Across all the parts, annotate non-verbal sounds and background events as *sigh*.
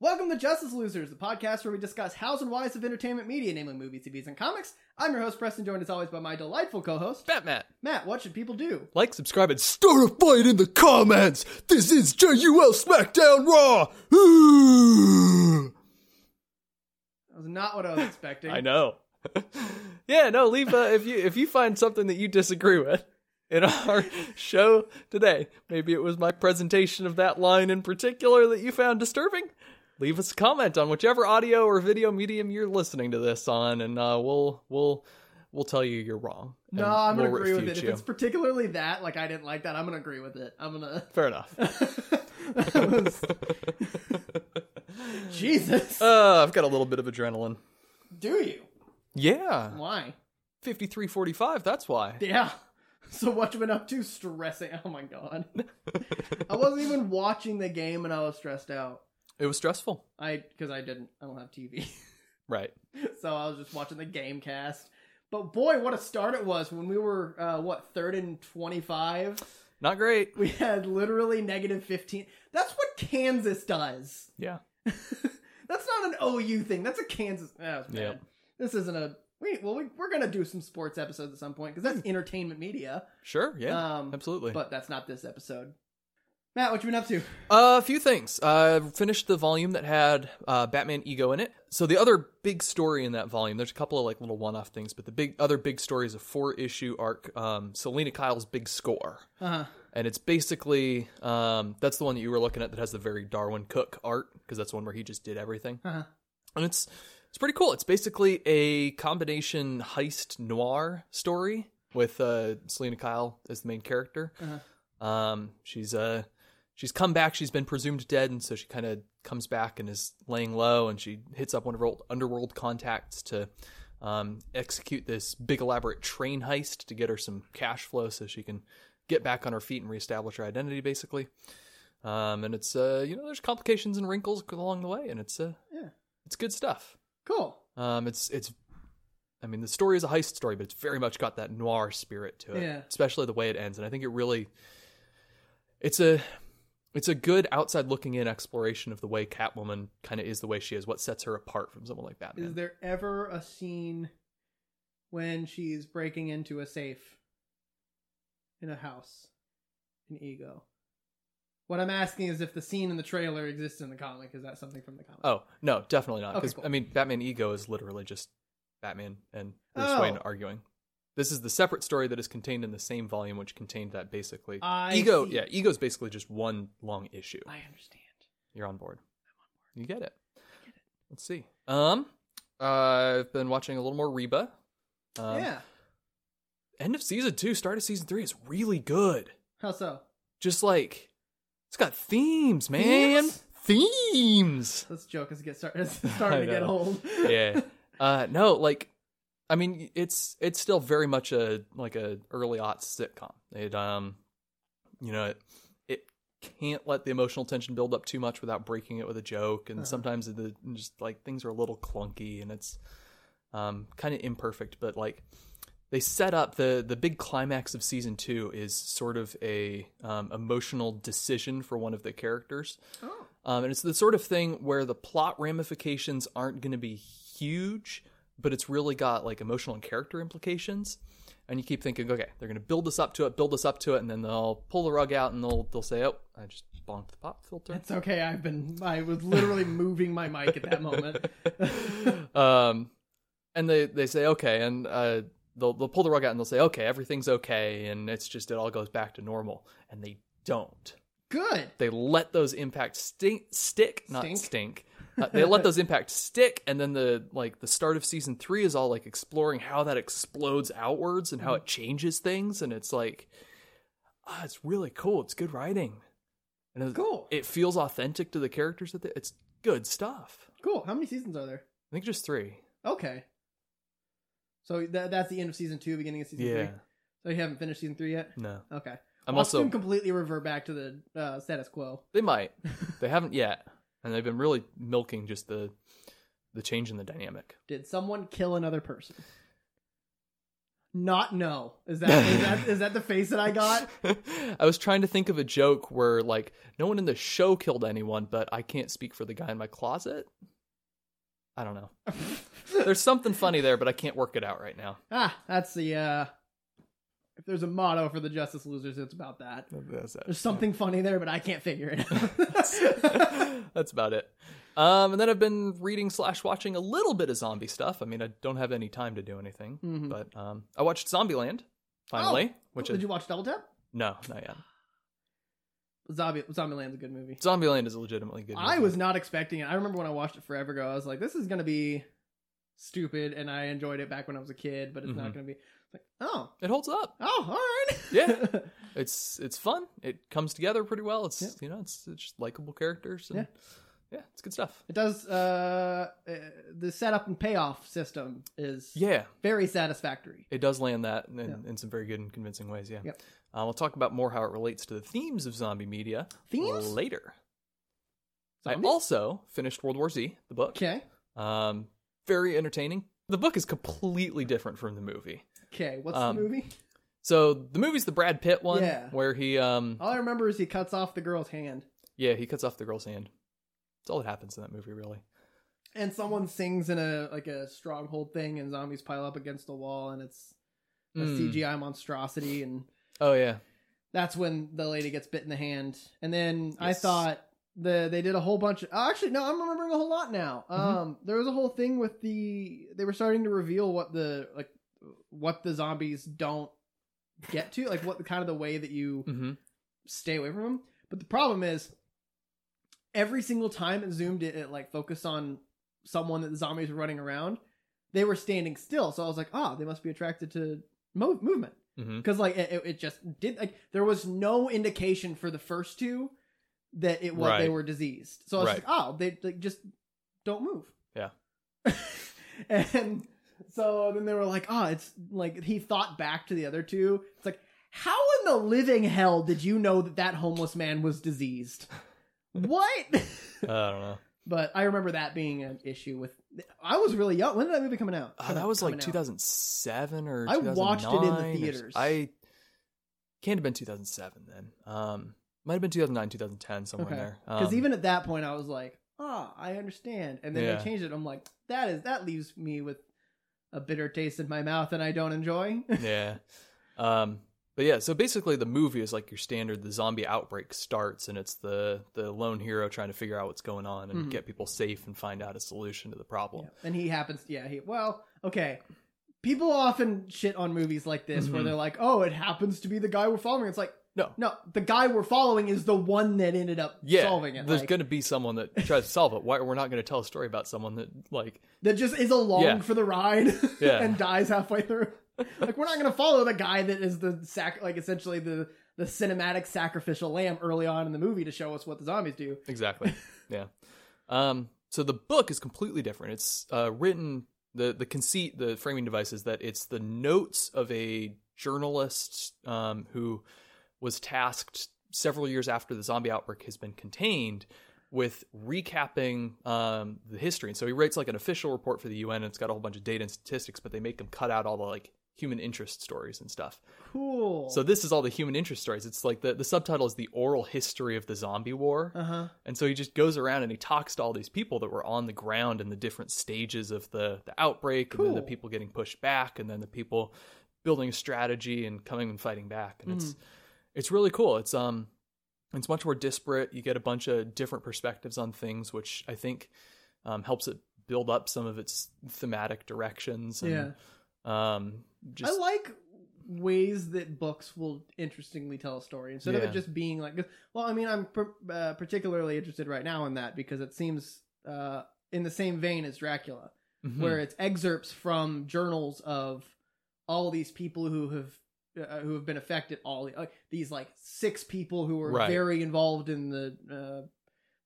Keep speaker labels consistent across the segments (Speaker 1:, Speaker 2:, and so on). Speaker 1: Welcome to Justice Losers, the podcast where we discuss hows and whys of entertainment media, namely movies, TVs, and comics. I'm your host, Preston, joined as always by my delightful co-host,
Speaker 2: Batman.
Speaker 1: Matt. What should people do?
Speaker 2: Like, subscribe, and s-
Speaker 3: Start a fight in the comments. This is JUL SmackDown Raw.
Speaker 1: That was not what I
Speaker 2: *laughs*
Speaker 1: was expecting.
Speaker 2: I know. yeah, no, leave uh, if you if you find something that you disagree with in our *laughs* show today. Maybe it was my presentation of that line in particular that you found disturbing. Leave us a comment on whichever audio or video medium you're listening to this on, and uh, we'll we'll we'll tell you you're wrong. and
Speaker 1: No, I'm gonna
Speaker 2: we'll
Speaker 1: agree with it.
Speaker 2: refute
Speaker 1: If
Speaker 2: you.
Speaker 1: it's particularly that, like I didn't like that, I'm gonna agree with it. I'm gonna. *laughs*
Speaker 2: Fair enough. *laughs*
Speaker 1: That was-
Speaker 2: *laughs*
Speaker 1: Jesus,
Speaker 2: Uh, I've got a little bit of adrenaline.
Speaker 1: do you?
Speaker 2: Yeah,
Speaker 1: Why?
Speaker 2: fifty three forty five. That's why.
Speaker 1: Yeah. *laughs* So what you been up to? Stressing. Oh my
Speaker 2: *laughs*
Speaker 1: god. I wasn't even watching the game, and I was stressed out.
Speaker 2: It was stressful.
Speaker 1: I because I didn't. I don't have TV,
Speaker 2: Right.
Speaker 1: so I was just watching the game cast. But boy, what a start it was when we were uh, what third and twenty-five.
Speaker 2: Not great.
Speaker 1: We had literally negative fifteen. That's what Kansas does.
Speaker 2: Yeah.
Speaker 1: That's not an OU thing. That's a Kansas. That was bad.
Speaker 2: Yep.
Speaker 1: This isn't a. We, well, we, we're gonna do some sports episodes at some point because that's entertainment media.
Speaker 2: Sure. Yeah.
Speaker 1: um,
Speaker 2: absolutely.
Speaker 1: but that's not this episode. Matt, what you been up to?
Speaker 2: Uh, a few things. Uh, finished the volume that had uh, Batman Ego in it. So the other big story in that volume, there's a couple of like little one-off things, but the big other big story is a four-issue arc, um, Selena Kyle's Big Score,
Speaker 1: Uh,
Speaker 2: and it's basically um, that's the one that you were looking at that has the very Darwin Cook art because that's the one where he just did everything,
Speaker 1: Uh-huh.
Speaker 2: and it's it's pretty cool. It's basically a combination heist noir story with uh, Selena Kyle as the main character. Um, she's uh she's come back. She's been presumed dead, and so she kind of comes back and is laying low. And she hits up one of her old underworld contacts to um, execute this big elaborate train heist to get her some cash flow, so she can get back on her feet and reestablish her identity, basically. Um, and it's uh you know there's complications and wrinkles along the way, and it's uh
Speaker 1: Yeah.
Speaker 2: it's good stuff.
Speaker 1: cool.
Speaker 2: Um, it's it's, I mean, the story is a heist story, but it's very much got that noir spirit to it,
Speaker 1: Yeah.
Speaker 2: especially the way it ends. And I think it really, it's a, it's a good outside looking in exploration of the way Catwoman kind of is the way she is, what sets her apart from someone like Batman.
Speaker 1: Is there ever a scene when she's breaking into a safe in a house in Ego? What I'm asking is if the scene in the trailer exists in the comic. Is that something from the comic?
Speaker 2: oh no, definitely not.
Speaker 1: Okay,
Speaker 2: Because
Speaker 1: cool.
Speaker 2: I mean, Batman ego is literally just Batman and Bruce
Speaker 1: Oh.
Speaker 2: Wayne arguing. This is the separate story that is contained in the same volume, which contained that basically.
Speaker 1: I
Speaker 2: ego,
Speaker 1: see.
Speaker 2: yeah, ego is basically just one long issue.
Speaker 1: I understand.
Speaker 2: You're on board. You get it. Let's see. Um, I've been watching a little more Reba. Um,
Speaker 1: yeah.
Speaker 2: End of season two, start of season three is really good.
Speaker 1: How so?
Speaker 2: Just like it's got themes, man. Themes.
Speaker 1: This joke is get start- *laughs* is
Speaker 2: *laughs*
Speaker 1: starting to
Speaker 2: I
Speaker 1: get
Speaker 2: know.
Speaker 1: old.
Speaker 2: yeah. Uh, no, like, I mean, it's it's still very much a like a early aughts sitcom. It um, you know, it, it can't let the emotional tension build up too much without breaking it with a joke, and
Speaker 1: Uh-huh.
Speaker 2: sometimes the just like things are a little clunky and it's um kind of imperfect, but like they set up the the big climax of season two is sort of a um, emotional decision for one of the characters.
Speaker 1: Oh.
Speaker 2: Um, and it's the sort of thing where the plot ramifications aren't going to be huge, but it's really got like emotional and character implications. And you keep thinking, okay, they're going to build us up to it, build us up to it, and then they'll pull the rug out and they'll they'll say, oh, I just bonked the pop filter.
Speaker 1: It's okay. I've been. I was
Speaker 2: *laughs*
Speaker 1: literally moving my mic at that moment.
Speaker 2: um, and they they say, okay, and uh, they'll they'll pull the rug out and they'll say, okay, everything's okay, and it's just it all goes back to normal, and they don't.
Speaker 1: Good.
Speaker 2: they let those impacts stink, stick, not
Speaker 1: Stink?
Speaker 2: stink. Uh, they let those impacts stick, and then the like the start of season three is all like exploring how that explodes outwards and how
Speaker 1: Mm-hmm.
Speaker 2: it changes things, and it's like, ah, it's really cool. It's good writing, and it,
Speaker 1: Cool.
Speaker 2: it feels authentic to the characters. That they, it's good stuff.
Speaker 1: Cool. How many seasons are there?
Speaker 2: I think just three.
Speaker 1: Okay. So that that's the end of season two, beginning of season three. So you haven't finished season three yet.
Speaker 2: no.
Speaker 1: Okay.
Speaker 2: I'm
Speaker 1: I'll
Speaker 2: also
Speaker 1: soon completely revert back to the uh, status quo.
Speaker 2: They
Speaker 1: *laughs*
Speaker 2: might. They haven't yet, and they've been really milking just the the change in the dynamic.
Speaker 1: Did someone kill another person? not know. Is that is
Speaker 2: *laughs*
Speaker 1: that is that the face that I got?
Speaker 2: I was trying to think of a joke where like no one in the show killed anyone, but I can't speak for the guy in my closet. I don't know. There's something funny there, but I can't work it out right now.
Speaker 1: *laughs* ah, that's the uh if there's a motto for the justice losers, it's about that.
Speaker 2: That's it.
Speaker 1: There's *laughs* something funny there, but I can't figure it out.
Speaker 2: *laughs*
Speaker 1: *laughs*
Speaker 2: That's about it. Um, and then I've been reading slash watching a little bit of zombie stuff. I mean, I don't have any time to do anything,
Speaker 1: Mhm.
Speaker 2: but um, I watched Zombieland finally, which
Speaker 1: Oh, Did
Speaker 2: is
Speaker 1: you watch Double Tap?
Speaker 2: no, not yet.
Speaker 1: Zombie Zombieland's a good movie.
Speaker 2: Zombieland is a legitimately good.
Speaker 1: I
Speaker 2: movie.
Speaker 1: was not expecting it. I remember when I watched it forever ago. I was like, "This is gonna be stupid," and I enjoyed it back when I was a kid. But it's not
Speaker 2: Mhm.
Speaker 1: gonna be it's like, oh,
Speaker 2: It holds up.
Speaker 1: oh, all right.
Speaker 2: Yeah. It's it's fun. It comes together pretty well. It's
Speaker 1: Yeah.
Speaker 2: you know it's, it's just likable characters. And, yeah, it's good stuff.
Speaker 1: *laughs* it does. Uh, uh, the setup and payoff system is
Speaker 2: Yeah,
Speaker 1: very satisfactory.
Speaker 2: It does land that in, in some very good and convincing ways, yeah.
Speaker 1: Yep.
Speaker 2: Um, we'll talk about more how it relates to the themes of zombie media
Speaker 1: Themes?
Speaker 2: later.
Speaker 1: Zombies?
Speaker 2: I also finished World War Z, the book.
Speaker 1: Okay,
Speaker 2: Um, very entertaining. The book is completely different from the movie.
Speaker 1: okay. What's
Speaker 2: Um,
Speaker 1: the movie?
Speaker 2: So the movie's the Brad Pitt one,
Speaker 1: Yeah. Oh.
Speaker 2: where he, um,
Speaker 1: All I remember is he cuts off the girl's hand,
Speaker 2: yeah, he cuts off the girl's hand. That's all that happens in that movie, really.
Speaker 1: and someone sings in a like a stronghold thing, and zombies pile up against the wall, and it's a
Speaker 2: Mm.
Speaker 1: CGI monstrosity, and
Speaker 2: Oh yeah,
Speaker 1: that's when the lady gets bit in the hand. And then I
Speaker 2: Yes.
Speaker 1: thought the they did a whole bunch of oh, actually no, I'm remembering a whole lot now. Um there was a whole thing with the they were starting to reveal what the like what the zombies don't get to, like what the kind of the way that you
Speaker 2: hmm
Speaker 1: stay away from them. But the problem is every single time it zoomed it, it like focused on someone that the zombies were running around, they were standing still. So I was like, "Ah, they must be attracted to mo- movement."
Speaker 2: hmm
Speaker 1: because like it, it- it just did like there was no indication for the first two that it was they
Speaker 2: Right.
Speaker 1: were diseased so i was
Speaker 2: Right.
Speaker 1: like oh they like, just don't move
Speaker 2: Yeah.
Speaker 1: *laughs* and so then they were like oh it's like he thought back to the other two it's like how in the living hell did you know that that homeless man was
Speaker 2: *laughs*
Speaker 1: diseased what *laughs*
Speaker 2: Uh, I don't know.
Speaker 1: but i remember that being an issue with i was really young when did that movie coming out
Speaker 2: Oh, that was like
Speaker 1: Coming out.
Speaker 2: 2007 or
Speaker 1: I watched it in the
Speaker 2: 2009 or s-
Speaker 1: theaters.
Speaker 2: I can't have been 2007 then. Um, might have been 2009, 2010, somewhere in there.
Speaker 1: Because
Speaker 2: Um,
Speaker 1: even *laughs* at that point, I was like, ah, I understand. And then
Speaker 2: Yeah.
Speaker 1: they changed it. I'm like, that is that leaves me with a bitter taste in my mouth and I don't enjoy.
Speaker 2: yeah. Um, but yeah, so basically the movie is like your standard. The zombie outbreak starts, and it's the the lone hero trying to figure out what's going on and
Speaker 1: Mhm.
Speaker 2: get people safe and find out a solution to the problem.
Speaker 1: And he happens. Yeah, he. Well, okay. People often shit on movies like this where
Speaker 2: Mhm.
Speaker 1: they're like, oh, it happens to be the guy we're following. It's like,
Speaker 2: No.
Speaker 1: no, the guy we're following is the one that ended up
Speaker 2: Yeah,
Speaker 1: solving it.
Speaker 2: there's
Speaker 1: like,
Speaker 2: going to be someone that tries to solve it. Why we're not going to tell a story about someone that like
Speaker 1: that just is along
Speaker 2: Yeah.
Speaker 1: for the ride *laughs*
Speaker 2: Yeah.
Speaker 1: and dies halfway through. Like we're not gonna follow the guy that is the sac like essentially the the cinematic sacrificial lamb early on in the movie to show us what the zombies do.
Speaker 2: Exactly. *laughs* yeah. Um, so the book is completely different. It's uh, written the the conceit, the framing device is that it's the notes of a journalist um, who was tasked several years after the zombie outbreak has been contained with recapping um, the history. And so he writes like an official report for the UN, and it's got a whole bunch of data and statistics, but they make him cut out all the like human interest stories and stuff.
Speaker 1: Cool.
Speaker 2: So this is all the human interest stories. It's like the the subtitle is the oral history of the zombie war.
Speaker 1: uh huh.
Speaker 2: And so he just goes around and he talks to all these people that were on the ground in the different stages of the, the outbreak, and then
Speaker 1: Cool.
Speaker 2: the people getting pushed back, and then the people building a strategy and coming and fighting back. And it's
Speaker 1: Mm-hmm.
Speaker 2: it's really cool. It's um it's much more disparate. You get a bunch of different perspectives on things, which I think um, helps it build up some of its thematic directions. And, yeah. Um, just
Speaker 1: I like ways that books will interestingly tell a story instead of it
Speaker 2: Yeah.
Speaker 1: just being like. 'cause- Well, I mean, I'm per- uh, particularly interested right now in that because it seems uh, in the same vein as Dracula.
Speaker 2: Mhm.
Speaker 1: where it's excerpts from journals of all these people who have uh, who have been affected all uh, these like six people who were
Speaker 2: Right.
Speaker 1: very involved in the uh,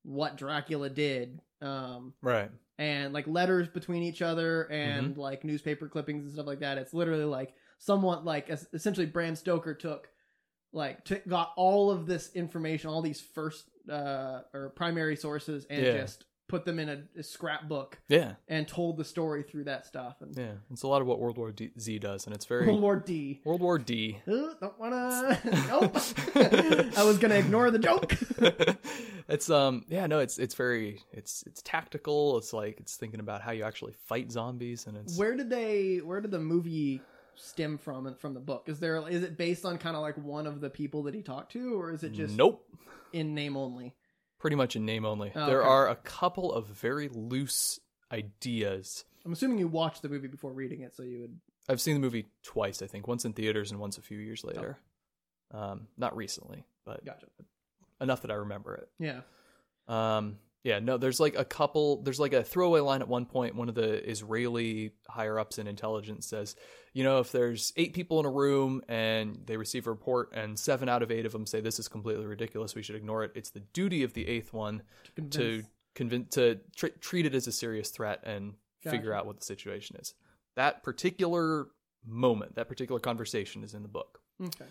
Speaker 1: what Dracula did um
Speaker 2: right.
Speaker 1: and like letters between each other and
Speaker 2: Mm-hmm.
Speaker 1: like newspaper clippings and stuff like that it's literally like somewhat like es- essentially Bram Stoker took like took got all of this information all these first uh or primary sources and
Speaker 2: Yeah.
Speaker 1: just put them in a, a scrapbook
Speaker 2: Yeah,
Speaker 1: and told the story through that stuff. And
Speaker 2: yeah. It's a lot of what World War D- Z does, and it's very
Speaker 1: World War D.
Speaker 2: World War D.
Speaker 1: Ooh, don't wanna. *laughs* nope. I was gonna ignore the
Speaker 2: *laughs*
Speaker 1: joke.
Speaker 2: it's um yeah no it's it's very it's it's tactical it's like it's thinking about how you actually fight zombies and it's
Speaker 1: Where did they? Where did the movie stem from? And from the book? Is there? Is it based on kind of like one of the people that he talked to, or is it just
Speaker 2: nope
Speaker 1: in name only?
Speaker 2: pretty much in name only
Speaker 1: Oh,
Speaker 2: there
Speaker 1: okay.
Speaker 2: are a couple of very loose ideas
Speaker 1: I'm assuming you watched the movie before reading it, so you would.
Speaker 2: I've seen the movie twice I think once in theaters and once a few
Speaker 1: Oh.
Speaker 2: years later um not recently but
Speaker 1: Gotcha.
Speaker 2: enough that I remember it
Speaker 1: Yeah.
Speaker 2: Um, yeah, no, there's like a couple, there's like a throwaway line at one point. One of the Israeli higher ups in intelligence says, you know, if there's eight people in a room and they receive a report and seven out of eight of them say this is completely ridiculous, we should ignore it. It's the duty of the eighth one to
Speaker 1: Convince-
Speaker 2: convince, to tr- treat it as a serious threat and figure
Speaker 1: Gotcha.
Speaker 2: out what the situation is. That particular moment, that particular conversation is in the book.
Speaker 1: Okay.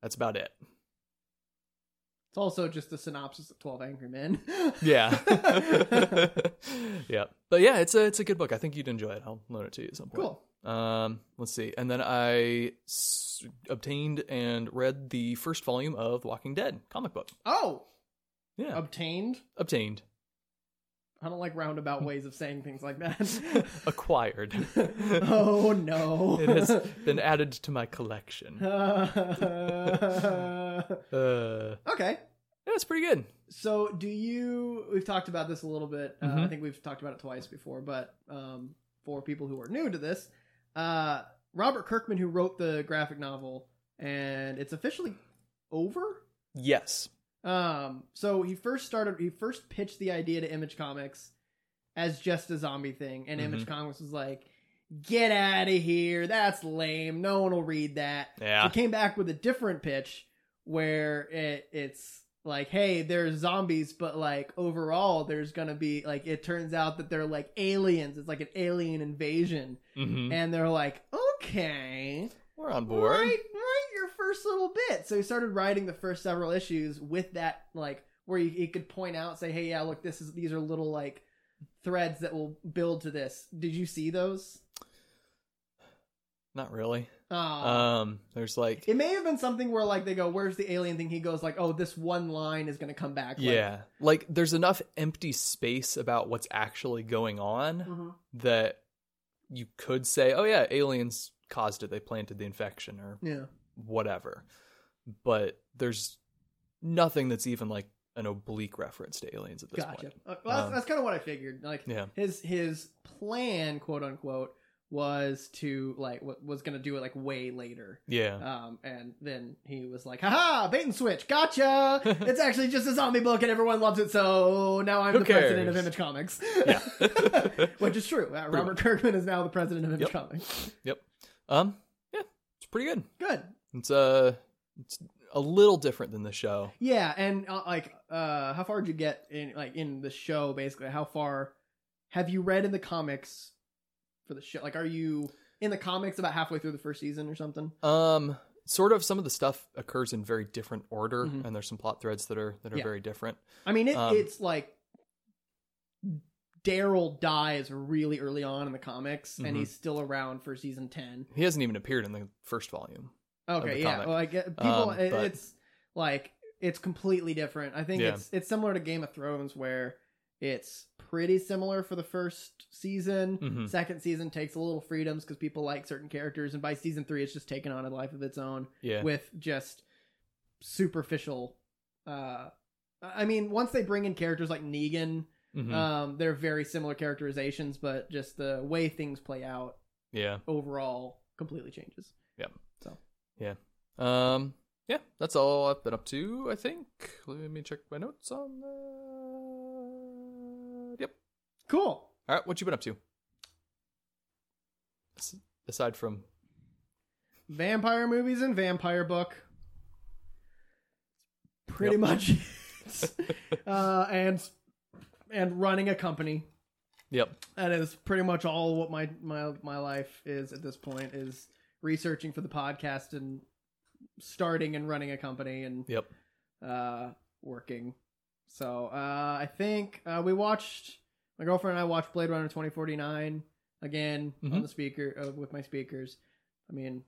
Speaker 2: That's about it.
Speaker 1: It's also just the synopsis of Twelve Angry Men.
Speaker 2: *laughs* Yeah. yeah. But yeah, it's a it's a good book. I think you'd enjoy it. I'll loan it to you at some point.
Speaker 1: cool.
Speaker 2: Cool. Um, let's see. And then I s- obtained and read the first volume of Walking Dead comic book.
Speaker 1: Oh,
Speaker 2: Yeah.
Speaker 1: obtained.
Speaker 2: obtained.
Speaker 1: I don't like roundabout ways of saying things like
Speaker 2: *laughs*
Speaker 1: that.
Speaker 2: Acquired.
Speaker 1: *laughs* oh no.
Speaker 2: *laughs* it has been added to my collection. Uh,
Speaker 1: *laughs* okay.
Speaker 2: yeah, it's pretty good.
Speaker 1: So, do you? We've talked about this a little bit. Uh, I
Speaker 2: Mhm.
Speaker 1: think we've talked about it twice before, but um, for people who are new to this, uh, Robert Kirkman, who wrote the graphic novel, and it's officially over.
Speaker 2: Yes.
Speaker 1: Um, so he first started. He first pitched the idea to Image Comics as just a zombie thing, and Image Comics was like, "Get out of here! That's lame. No one will read that."
Speaker 2: Yeah.
Speaker 1: It came back with a different pitch where it, it's like, hey, there's zombies, but like overall, there's gonna be like it turns out that they're like aliens. It's like an alien invasion,
Speaker 2: hmm
Speaker 1: and they're like, okay,
Speaker 2: We're on
Speaker 1: write,
Speaker 2: board.
Speaker 1: write your first little bit. So he started writing the first several issues with that like where he, he could point out, say, hey, yeah, look, this is these are little like threads that will build to this. Did you see those?
Speaker 2: Not really.
Speaker 1: Aw.
Speaker 2: Um, there's like,
Speaker 1: It may have been something where like they go, "Where's the alien thing?" He goes like, "Oh, this one line is going to come back." Like,
Speaker 2: yeah, like there's enough empty space about what's actually going on.
Speaker 1: Mhm.
Speaker 2: that you could say, oh yeah, aliens caused it. They planted the infection or
Speaker 1: yeah,
Speaker 2: whatever. But there's nothing that's even like an oblique reference to aliens at this
Speaker 1: gotcha.
Speaker 2: point.
Speaker 1: Uh, well, that's,
Speaker 2: Um,
Speaker 1: that's kind of what I figured. Like
Speaker 2: Yeah.
Speaker 1: his his plan, quote unquote, was to like what was going to do it like way later.
Speaker 2: Yeah.
Speaker 1: Um, and then he was like, haha, bait and switch, gotcha!
Speaker 2: *laughs*
Speaker 1: It's actually just a zombie book and everyone loves it, so now I'm
Speaker 2: Who
Speaker 1: the president of
Speaker 2: cares?
Speaker 1: Image Comics.
Speaker 2: Yeah.
Speaker 1: *laughs* Which is true. Uh, Robert Kirkman is now the president of Image
Speaker 2: Yep.
Speaker 1: Comics.
Speaker 2: um, yeah. It's pretty good.
Speaker 1: Good.
Speaker 2: It's uh it's a little different than the show.
Speaker 1: Yeah, and uh, like, uh, how far did you get in like in the show? Basically, how far have you read in the comics for the show? Like, are you in the comics about halfway through the first season or something?
Speaker 2: Um sort of some of the stuff occurs in very different order
Speaker 1: Mhm.
Speaker 2: and there's some plot threads that are that are
Speaker 1: Yeah.
Speaker 2: very different.
Speaker 1: I mean, it,
Speaker 2: Um,
Speaker 1: it's like Daryl dies really early on in the comics, and
Speaker 2: Mhm.
Speaker 1: he's still around for season ten.
Speaker 2: He hasn't even appeared in the first volume.
Speaker 1: Okay,
Speaker 2: the
Speaker 1: yeah.
Speaker 2: comic.
Speaker 1: Well, I get people.
Speaker 2: Um,
Speaker 1: it-
Speaker 2: but-
Speaker 1: It's like it's completely different. I think
Speaker 2: Yeah.
Speaker 1: it's it's similar to Game of Thrones where it's pretty similar for the first season.
Speaker 2: Mhm.
Speaker 1: Second season takes a little freedoms because people like certain characters, and by season three, it's just taken on a life of its own
Speaker 2: Yeah.
Speaker 1: with just superficial. uh I mean, once they bring in characters like Negan,
Speaker 2: Mhm.
Speaker 1: um, they're very similar characterizations, but just the way things play out
Speaker 2: yeah.
Speaker 1: overall completely changes.
Speaker 2: Um, yeah, that's all I've been up to. I think. Let me check my notes on that. Yep.
Speaker 1: Cool.
Speaker 2: All right, what you been up to? As- Aside from
Speaker 1: vampire movies and vampire book. Pretty
Speaker 2: Yep.
Speaker 1: much it.
Speaker 2: *laughs*
Speaker 1: uh, and and running a company.
Speaker 2: yep,
Speaker 1: That is pretty much all what my my my life is at this point is researching for the podcast and starting and running a company and
Speaker 2: yep,
Speaker 1: uh, working So uh, I think uh, we watched my girlfriend and I watched Blade Runner 2049 again on
Speaker 2: Mhm.
Speaker 1: the speaker uh, with my speakers. I mean,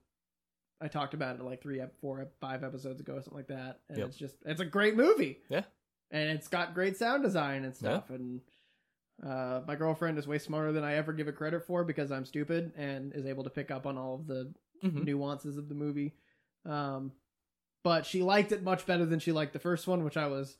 Speaker 1: I talked about it like three, ep- four, ep- five episodes ago, or something like that. And
Speaker 2: Yep.
Speaker 1: it's just it's a great movie.
Speaker 2: Yeah.
Speaker 1: and it's got great sound design and stuff. And uh, my girlfriend is way smarter than I ever give it credit for because I'm stupid and is able to pick up on all of the
Speaker 2: Mhm.
Speaker 1: nuances of the movie. Um, but she liked it much better than she liked the first one, which I was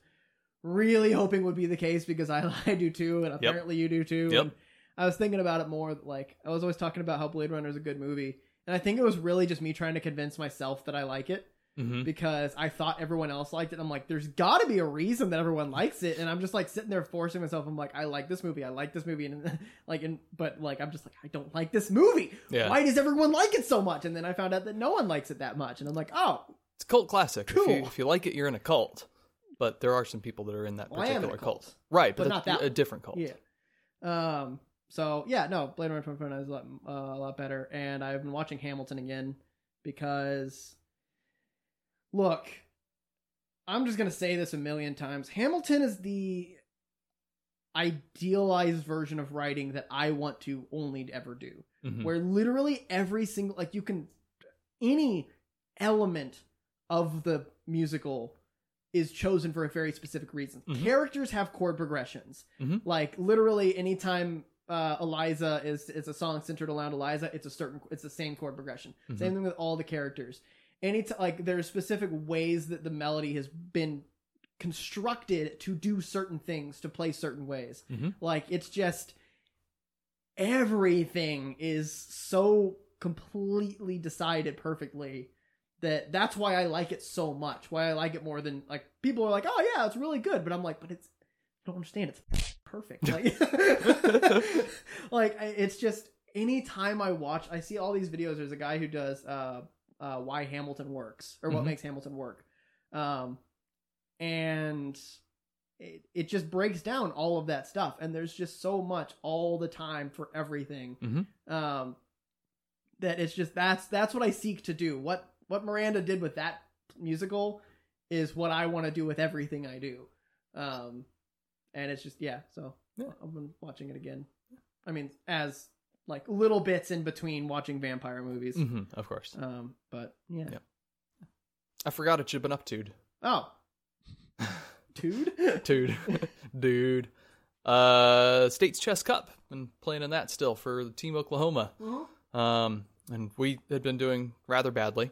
Speaker 1: really hoping would be the case because I, *laughs* I do too, and apparently you do too.
Speaker 2: Yep.
Speaker 1: And I was thinking about it more. Like I was always talking about how Blade Runner is a good movie, and I think it was really just me trying to convince myself that I like it
Speaker 2: Mhm.
Speaker 1: because I thought everyone else liked it. I'm like, there's got to be a reason that everyone likes it, and I'm just like sitting there forcing myself. I'm like, I like this movie, I like this movie, and *laughs* like, and but like, I'm just like, I don't like this movie.
Speaker 2: Yeah,
Speaker 1: Why does everyone like it so much? And then I found out that no one likes it that much, and I'm like, oh,
Speaker 2: it's a cult classic. If, you,
Speaker 1: Cool.
Speaker 2: if you like it, you're in a cult. But there are some people that are in that
Speaker 1: well, I am
Speaker 2: particular
Speaker 1: in a
Speaker 2: cult.
Speaker 1: cult.
Speaker 2: right? But,
Speaker 1: But not
Speaker 2: that's
Speaker 1: that
Speaker 2: a different cult.
Speaker 1: Yeah. Um. So yeah, no, Blade Runner 2049 is a lot, uh, a lot better, and I've been watching Hamilton again because, look, I'm just gonna say this a million times. Hamilton is the idealized version of writing that I want to only ever do
Speaker 2: Mhm.
Speaker 1: where literally every single like you can any element of the musical is chosen for a very specific reason.
Speaker 2: Mhm.
Speaker 1: Characters have chord progressions.
Speaker 2: Mhm.
Speaker 1: Like literally anytime uh, Eliza is is a song centered around Eliza, it's a certain it's the same chord progression.
Speaker 2: Mhm.
Speaker 1: Same thing with all the characters. Any t- like there's specific ways that the melody has been constructed to do certain things, to play certain ways.
Speaker 2: Mhm.
Speaker 1: Like it's just everything is so completely decided perfectly that that's why I like it so much. Why I like it more than like people are like, "Oh yeah, it's really good," but I'm like, "But it's I don't understand. It's *laughs* perfect." Like, like I- it's just anytime I watch, I see all these videos. There's a guy who does uh, uh, why Hamilton works or what
Speaker 2: Mhm.
Speaker 1: makes Hamilton work, um, and it it just breaks down all of that stuff. And there's just so much all the time for everything.
Speaker 2: Mhm.
Speaker 1: Um, that it's just that's that's what I seek to do. What what Miranda did with that musical is what I want to do with everything I do. Um, and it's just yeah. So
Speaker 2: Yeah.
Speaker 1: I've been watching it again. I mean, as like little bits in between watching vampire movies.
Speaker 2: Mhm, Of course.
Speaker 1: Um, but yeah.
Speaker 2: Yeah. I forgot what you've been up to. *laughs*
Speaker 1: Oh, dude.
Speaker 2: dude *laughs* dude uh states chess cup and playing in that still for team oklahoma
Speaker 1: Mhm.
Speaker 2: um and we had been doing rather badly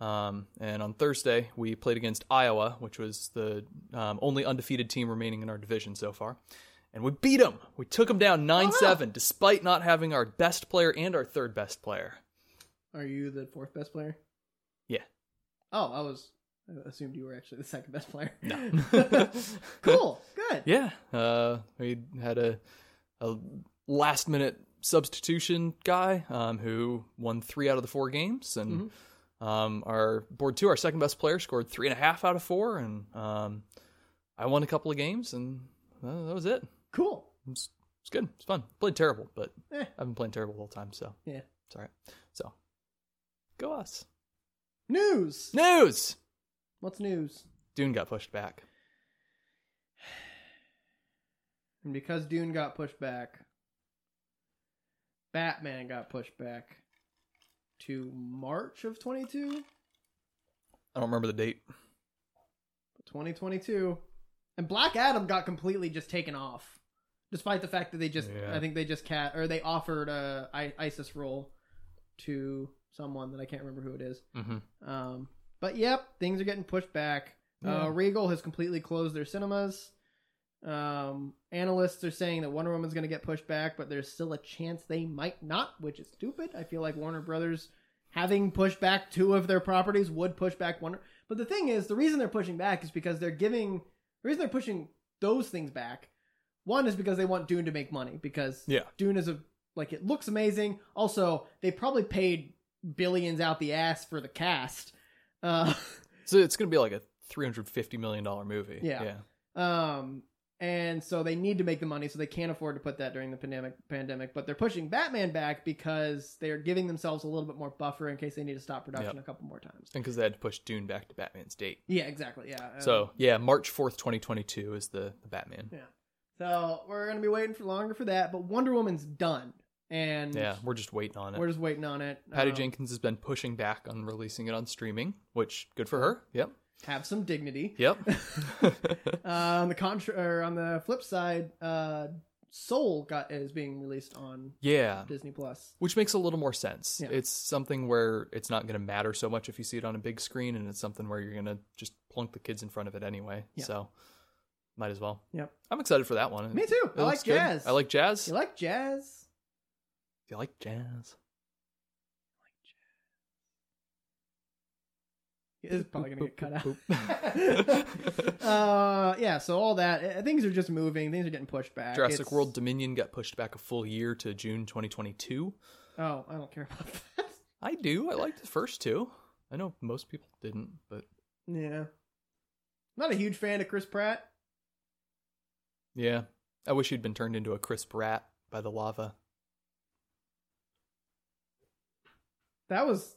Speaker 2: um and on thursday we played against iowa which was the um, only undefeated team remaining in our division so far and we beat them we took them down 9-7 despite not having our best player and our third best player
Speaker 1: Are you the fourth best player?
Speaker 2: Yeah.
Speaker 1: Oh, I was I assumed you were actually the second best player.
Speaker 2: No.
Speaker 1: *laughs* cool. Good.
Speaker 2: Yeah, uh, we had a a last minute substitution guy um, who won three out of the four games, and
Speaker 1: Mm-hmm.
Speaker 2: um, our board two, our second best player, scored three and a half out of four, and um, I won a couple of games, and uh, that was it.
Speaker 1: Cool.
Speaker 2: It's it's good. It's fun. Played terrible, but
Speaker 1: Eh.
Speaker 2: I've been playing terrible the whole time, so
Speaker 1: Yeah.
Speaker 2: it's all right. So go us.
Speaker 1: News.
Speaker 2: News.
Speaker 1: What's news?
Speaker 2: Dune got pushed back.
Speaker 1: And because Dune got pushed back, Batman got pushed back to March of 22,
Speaker 2: I don't remember the date.
Speaker 1: 2022. And Black Adam got completely just taken off. Despite the fact that they just
Speaker 2: Yeah.
Speaker 1: I think they just cat or they offered a I- ISIS role to someone that I can't remember who it is.
Speaker 2: Mm-hmm.
Speaker 1: Um, but yep, things are getting pushed back.
Speaker 2: Yeah.
Speaker 1: Uh, Regal has completely closed their cinemas. Um, analysts are saying that Wonder Woman's going to get pushed back, but there's still a chance they might not, which is stupid. I feel like Warner Brothers having pushed back two of their properties would push back Wonder. But the thing is, the reason they're pushing back is because they're giving. The reason they're pushing those things back, one is because they want Dune to make money because
Speaker 2: Yeah.
Speaker 1: Dune is a like it looks amazing. Also, they probably paid billions out the ass for the cast. Uh, *laughs*
Speaker 2: So it's going to be like a $350 million movie.
Speaker 1: Yeah. um, and so they need to make the money, so they can't afford to put that during the pandemic. Pandemic, but they're pushing Batman back because they are giving themselves a little bit more buffer in case they need to stop production
Speaker 2: Yep.
Speaker 1: a couple more times.
Speaker 2: And because they had to push Dune back to Batman's date.
Speaker 1: Yeah, exactly. Yeah. um,
Speaker 2: So yeah, March fourth, twenty twenty two is the, the Batman.
Speaker 1: Yeah. so we're gonna be waiting for longer for that, but Wonder Woman's done, and
Speaker 2: Yeah, we're just waiting on
Speaker 1: we're
Speaker 2: it.
Speaker 1: just waiting on it.
Speaker 2: Patty
Speaker 1: Um,
Speaker 2: Jenkins has been pushing back on releasing it on streaming, which good for her. Yep,
Speaker 1: have some dignity.
Speaker 2: yep.
Speaker 1: *laughs* Uh, on the contra- or on the flip side, uh, Soul got is being released on
Speaker 2: yeah,
Speaker 1: Disney Plus.
Speaker 2: which makes a little more sense.
Speaker 1: Yeah.
Speaker 2: It's something where it's not going to matter so much if you see it on a big screen, and it's something where you're going to just plunk the kids in front of it anyway.
Speaker 1: Yeah.
Speaker 2: So might as well.
Speaker 1: Yep.
Speaker 2: I'm excited for that one.
Speaker 1: Me too.
Speaker 2: It
Speaker 1: I
Speaker 2: looks
Speaker 1: like
Speaker 2: good.
Speaker 1: jazz.
Speaker 2: I like jazz.
Speaker 1: You like jazz?
Speaker 2: you like jazz?
Speaker 1: It's probably gonna get cut out. *laughs*
Speaker 2: Boop.
Speaker 1: uh, yeah. So all that uh, things are just moving. Things are getting pushed back.
Speaker 2: Uh, Jurassic
Speaker 1: It's-
Speaker 2: World Dominion got pushed back a full year to June 2022.
Speaker 1: Oh, I don't care about *laughs* that.
Speaker 2: I do. I liked the first two. I know most people didn't, but
Speaker 1: yeah. Not a huge fan of Chris Pratt.
Speaker 2: yeah. I wish he'd been turned into a crisp rat by the lava.
Speaker 1: That was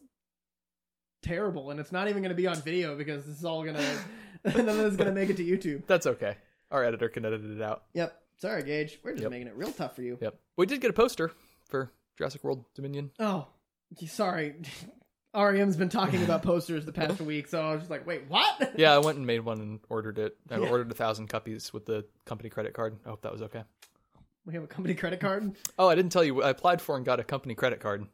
Speaker 1: terrible, and it's not even gonna be on video because this is all gonna *laughs* none of this is gonna make it to YouTube.
Speaker 2: That's okay. Our editor can edit it out.
Speaker 1: Yep. Sorry, Gage. We're just
Speaker 2: Yep.
Speaker 1: making it real tough for you.
Speaker 2: Yep. We did get a poster for Jurassic World Dominion.
Speaker 1: Oh, gee, sorry. *laughs* REM's been talking about posters the
Speaker 2: *laughs*
Speaker 1: past week, so I was just like, wait, what? *laughs*
Speaker 2: Yeah, I went and made one and ordered it. I
Speaker 1: Yeah.
Speaker 2: ordered a thousand copies with the company credit card. I hope that was okay.
Speaker 1: We have a company credit card.
Speaker 2: Oh, I didn't tell you. I applied for and got a company credit card.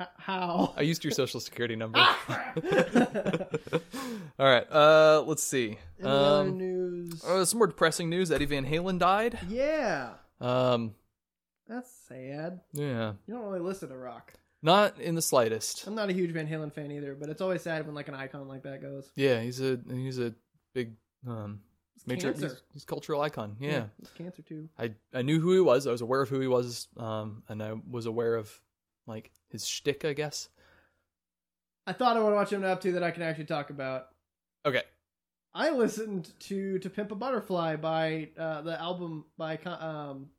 Speaker 1: H- how?
Speaker 2: I used your social security number.
Speaker 1: Ah, crap.
Speaker 2: *laughs* All right. Uh, let's see.
Speaker 1: Any other
Speaker 2: Um,
Speaker 1: news?
Speaker 2: uh, some more depressing news. Eddie Van Halen died.
Speaker 1: yeah,
Speaker 2: Um,
Speaker 1: that's sad.
Speaker 2: yeah,
Speaker 1: You don't really listen to rock.
Speaker 2: not in the slightest.
Speaker 1: I'm not a huge Van Halen fan either, but it's always sad when like an icon like that goes.
Speaker 2: Yeah, he's a he's a big um
Speaker 1: It's
Speaker 2: major
Speaker 1: cancer.
Speaker 2: he's, he's a cultural icon. Yeah.
Speaker 1: it's cancer too.
Speaker 2: I I knew who he was. I was aware of who he was. Um, and I was aware of like his shtick, I guess.
Speaker 1: I thought I would watch him up to that I can actually talk about.
Speaker 2: Okay.
Speaker 1: I listened to "To Pimp a Butterfly" by uh, the album by Con- um,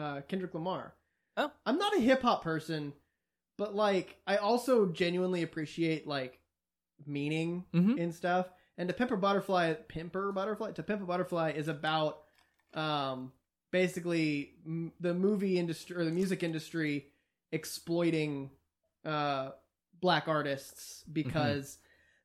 Speaker 1: uh, Kendrick Lamar.
Speaker 2: Oh.
Speaker 1: I'm not a hip hop person, but like I also genuinely appreciate like meaning
Speaker 2: Mhm.
Speaker 1: and stuff. And "To Pimp a Butterfly," "Pimper Butterfly," "To Pimp a Butterfly" is about um, basically m- the movie industry or the music industry exploiting uh, black artists because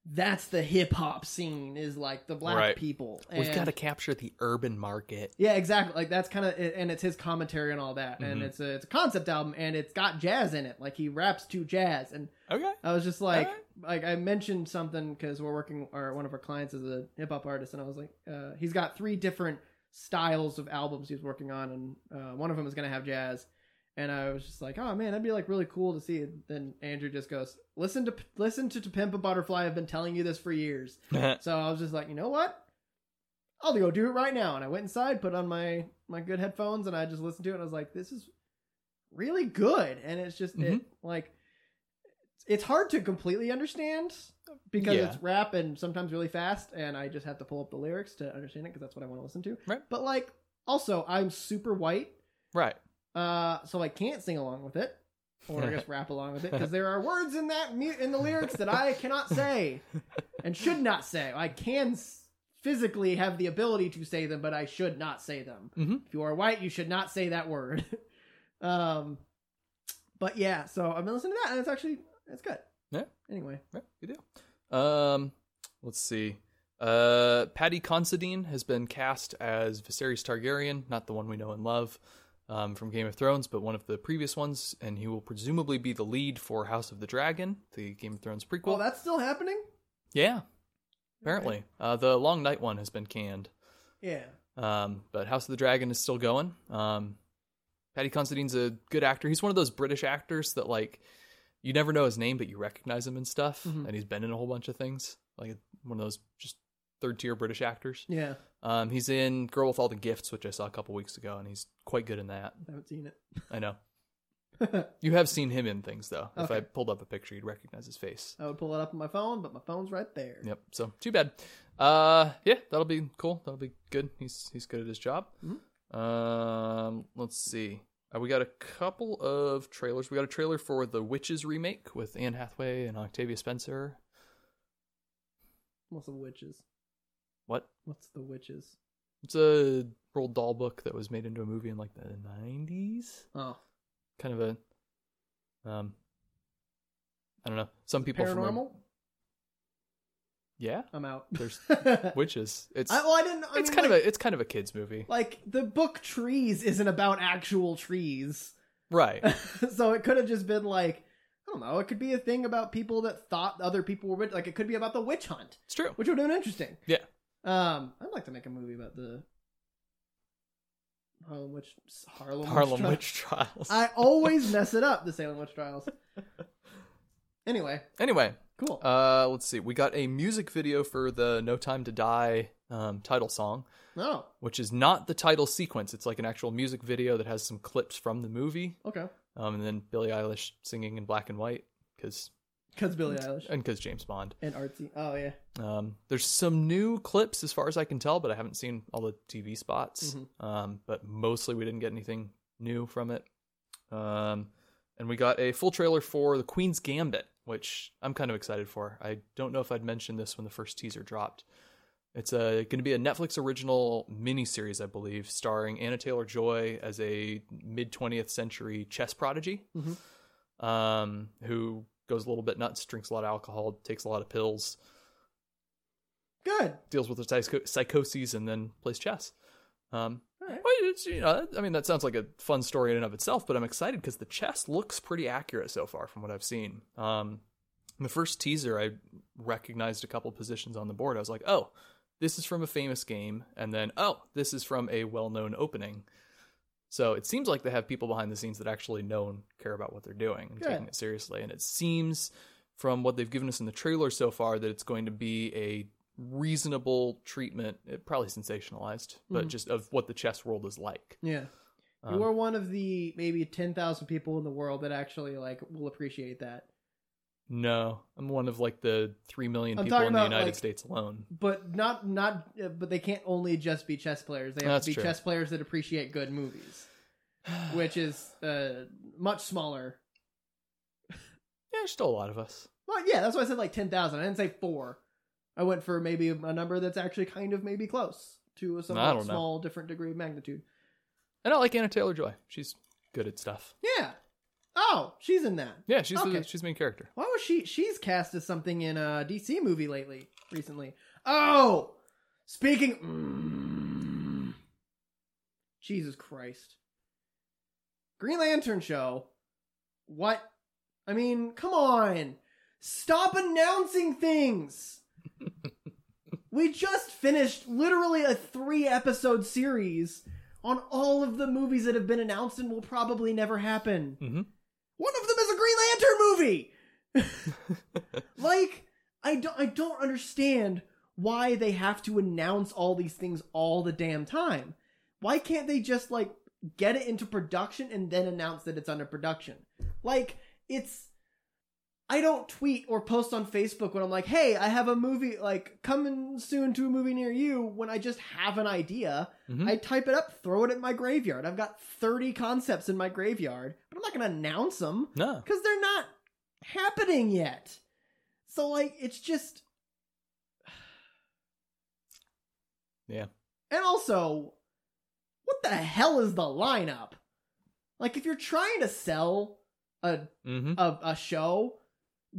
Speaker 1: that's the hip hop scene is like the black
Speaker 2: Right.
Speaker 1: people.
Speaker 2: We've
Speaker 1: And-
Speaker 2: got to capture the urban market.
Speaker 1: yeah, exactly. Like that's kind of and it's his commentary and all that, and
Speaker 2: Mhm.
Speaker 1: it's a it's a concept album and it's got jazz in it. Like he raps to jazz, and
Speaker 2: Okay.
Speaker 1: I was just like,
Speaker 2: Alright.
Speaker 1: like I mentioned something because we're working or one of our clients is a hip hop artist, and I was like, uh, he's got three different styles of albums he's working on, and uh, one of them is gonna have jazz. And I was just like, oh man, that'd be like really cool to see. And then Andrew just goes, listen to listen to To Pimp a Butterfly. I've been telling you this for years.
Speaker 2: *laughs*
Speaker 1: So I was just like, you know what? I'll go do it right now. And I went inside, put on my my good headphones, and I just listened to it. And I was like, this is really good. And it's just
Speaker 2: Mm-hmm.
Speaker 1: it like it's hard to completely understand because
Speaker 2: Yeah.
Speaker 1: it's rap and sometimes really fast, and I just have to pull up the lyrics to understand it because that's what I want to listen to.
Speaker 2: Right.
Speaker 1: But like, also, I'm super white,
Speaker 2: *laughs* right.
Speaker 1: uh, so I can't sing along with it, or I
Speaker 2: *laughs*
Speaker 1: guess rap along with it, because there are words in that mu- in the lyrics that I cannot say and should not say. I can s- physically have the ability to say them, but I should not say them.
Speaker 2: Mhm.
Speaker 1: If you are white, you should not say that word. *laughs* um, but yeah, so I've been listening to that, and it's actually it's good.
Speaker 2: Yeah.
Speaker 1: Anyway,
Speaker 2: Right, good deal. Um, let's see. Uh, Patty Considine has been cast as Viserys Targaryen, not the one we know and love um, from Game of Thrones, but one of the previous ones, and he will presumably be the lead for House of the Dragon, the Game of Thrones prequel.
Speaker 1: well, Oh, that's still happening.
Speaker 2: yeah, apparently. Uh, the Long Night one has been canned,
Speaker 1: Yeah.
Speaker 2: um, but House of the Dragon is still going. Um, Patty Considine's a good actor. He's one of those British actors that like you never know his name, but you recognize him and stuff.
Speaker 1: Mhm.
Speaker 2: And he's been in a whole bunch of things. Like one of those just third tier British actors.
Speaker 1: Yeah.
Speaker 2: Um, he's in Girl with All the Gifts, which I saw a couple weeks ago, and he's quite good in that.
Speaker 1: I haven't seen it.
Speaker 2: I know. You have seen him in things though. If I
Speaker 1: Okay.
Speaker 2: pulled up a picture, you'd recognize his face.
Speaker 1: I would pull it up on my phone, but my phone's right there.
Speaker 2: Yep. So too bad. Uh, yeah, that'll be cool. That'll be good. He's he's good at his job.
Speaker 1: Mm-hmm.
Speaker 2: Um, let's see. Uh, we got a couple of trailers. We got a trailer for the Witches remake with Anne Hathaway and Octavia Spencer.
Speaker 1: What's the witches?
Speaker 2: What?
Speaker 1: What's the witches?
Speaker 2: It's a Roald Dahl book that was made into a movie in like the nineties.
Speaker 1: Oh,
Speaker 2: Kind of a, um, I don't know. Some people from-
Speaker 1: paranormal.
Speaker 2: yeah,
Speaker 1: I'm out. *laughs*
Speaker 2: There's-
Speaker 1: I,
Speaker 2: witches. It's
Speaker 1: well, I didn't. I
Speaker 2: it's
Speaker 1: mean,
Speaker 2: kind
Speaker 1: like,
Speaker 2: of a it's kind of a kids movie,
Speaker 1: like the book trees isn't about actual trees, *laughs*
Speaker 2: right?
Speaker 1: so it could have just been like I don't know. It could be a thing about people that thought other people were witch. Like it could be about the witch hunt,
Speaker 2: It's true.
Speaker 1: which would have been interesting.
Speaker 2: Yeah.
Speaker 1: Um, I'd like to make a movie about the Harlem *laughs* witch Harlem
Speaker 2: Harlem
Speaker 1: Tri-
Speaker 2: Witch Trials.
Speaker 1: *laughs* I always mess it up. The Salem witch
Speaker 2: *laughs*
Speaker 1: trials. Anyway,
Speaker 2: Anyway,
Speaker 1: cool.
Speaker 2: uh, let's see. We got a music video for the No Time to Die um, title song.
Speaker 1: No.
Speaker 2: which is not the title sequence. It's like an actual music video that has some clips from the movie,
Speaker 1: Okay.
Speaker 2: um, and then Billie Eilish singing in black and white because
Speaker 1: Because Billie Eilish
Speaker 2: and because James Bond.
Speaker 1: and artsy. Oh yeah.
Speaker 2: Um, there's some new clips as far as I can tell, but I haven't seen all the TV spots.
Speaker 1: Mhm.
Speaker 2: Um, but mostly we didn't get anything new from it. Um, and we got a full trailer for The Queen's Gambit, which I'm kind of excited for. I don't know if I'd mentioned this when the first teaser dropped. It's uh going to be a Netflix original miniseries, I believe, starring Anna Taylor Joy as a mid 20th century chess prodigy um, who goes a little bit nuts, drinks a lot of alcohol, takes a lot of pills,
Speaker 1: Good.
Speaker 2: deals with her psycho- psychoses, and then plays chess. Um,
Speaker 1: All right.
Speaker 2: well, it's, you know, I mean, that sounds like a fun story in and of itself, but I'm excited because the chess looks pretty accurate so far from what I've seen. Um, in the first teaser, I recognized a couple positions on the board. I was like, oh, this is from a famous game, and then, oh, this is from a well known opening. So it seems like they have people behind the scenes that actually know and care about what they're doing and
Speaker 1: Good.
Speaker 2: taking it seriously. And it seems from what they've given us in the trailer so far that it's going to be a reasonable treatment, it, probably sensationalized, but
Speaker 1: Mhm.
Speaker 2: just of what the chess world is like.
Speaker 1: Yeah.
Speaker 2: Um,
Speaker 1: you are one of the maybe ten thousand people in the world that actually like will appreciate that.
Speaker 2: no, I'm one of like the three million
Speaker 1: I'm
Speaker 2: people
Speaker 1: talking
Speaker 2: in the
Speaker 1: about,
Speaker 2: United
Speaker 1: like-
Speaker 2: States alone. *sighs*
Speaker 1: But not not. uh, But they can't only just be chess players. They have
Speaker 2: That's
Speaker 1: to be
Speaker 2: true.
Speaker 1: chess players that appreciate good movies, which is uh much smaller.
Speaker 2: yeah, there's still a lot of us.
Speaker 1: Well, yeah, that's why I said like ten thousand. I didn't say four. I went for maybe a number that's actually kind of maybe close to a somewhat
Speaker 2: don't know.
Speaker 1: small different degree of magnitude.
Speaker 2: And I like Anna Taylor Joy. She's good at stuff.
Speaker 1: Yeah. Oh, she's in that.
Speaker 2: Yeah, she's
Speaker 1: Okay.
Speaker 2: the, she's the main character.
Speaker 1: Why was she? She's cast as something in a DC movie lately, recently. Oh, speaking. Mm. Jesus Christ. Green Lantern show. What? I mean, come on. Stop announcing things. we just finished literally a three episode series on all of the movies that have been announced and will probably never happen.
Speaker 2: hmm
Speaker 1: One of them is a Green Lantern movie. like I don't I don't understand why they have to announce all these things all the damn time. Why can't they just like get it into production and then announce that it's under production? Like it's I don't tweet or post on Facebook when I'm like, "Hey, I have a movie like coming soon to a movie near you" when I just have an idea.
Speaker 2: Mhm.
Speaker 1: I type it up, throw it in my graveyard. I've got 30 concepts in my graveyard, but I'm not going to announce them
Speaker 2: No,
Speaker 1: because they're not happening yet. So like, it's just
Speaker 2: Yeah.
Speaker 1: And also, what the hell is the lineup? Like, if you're trying to sell a
Speaker 2: hmm
Speaker 1: a, a show,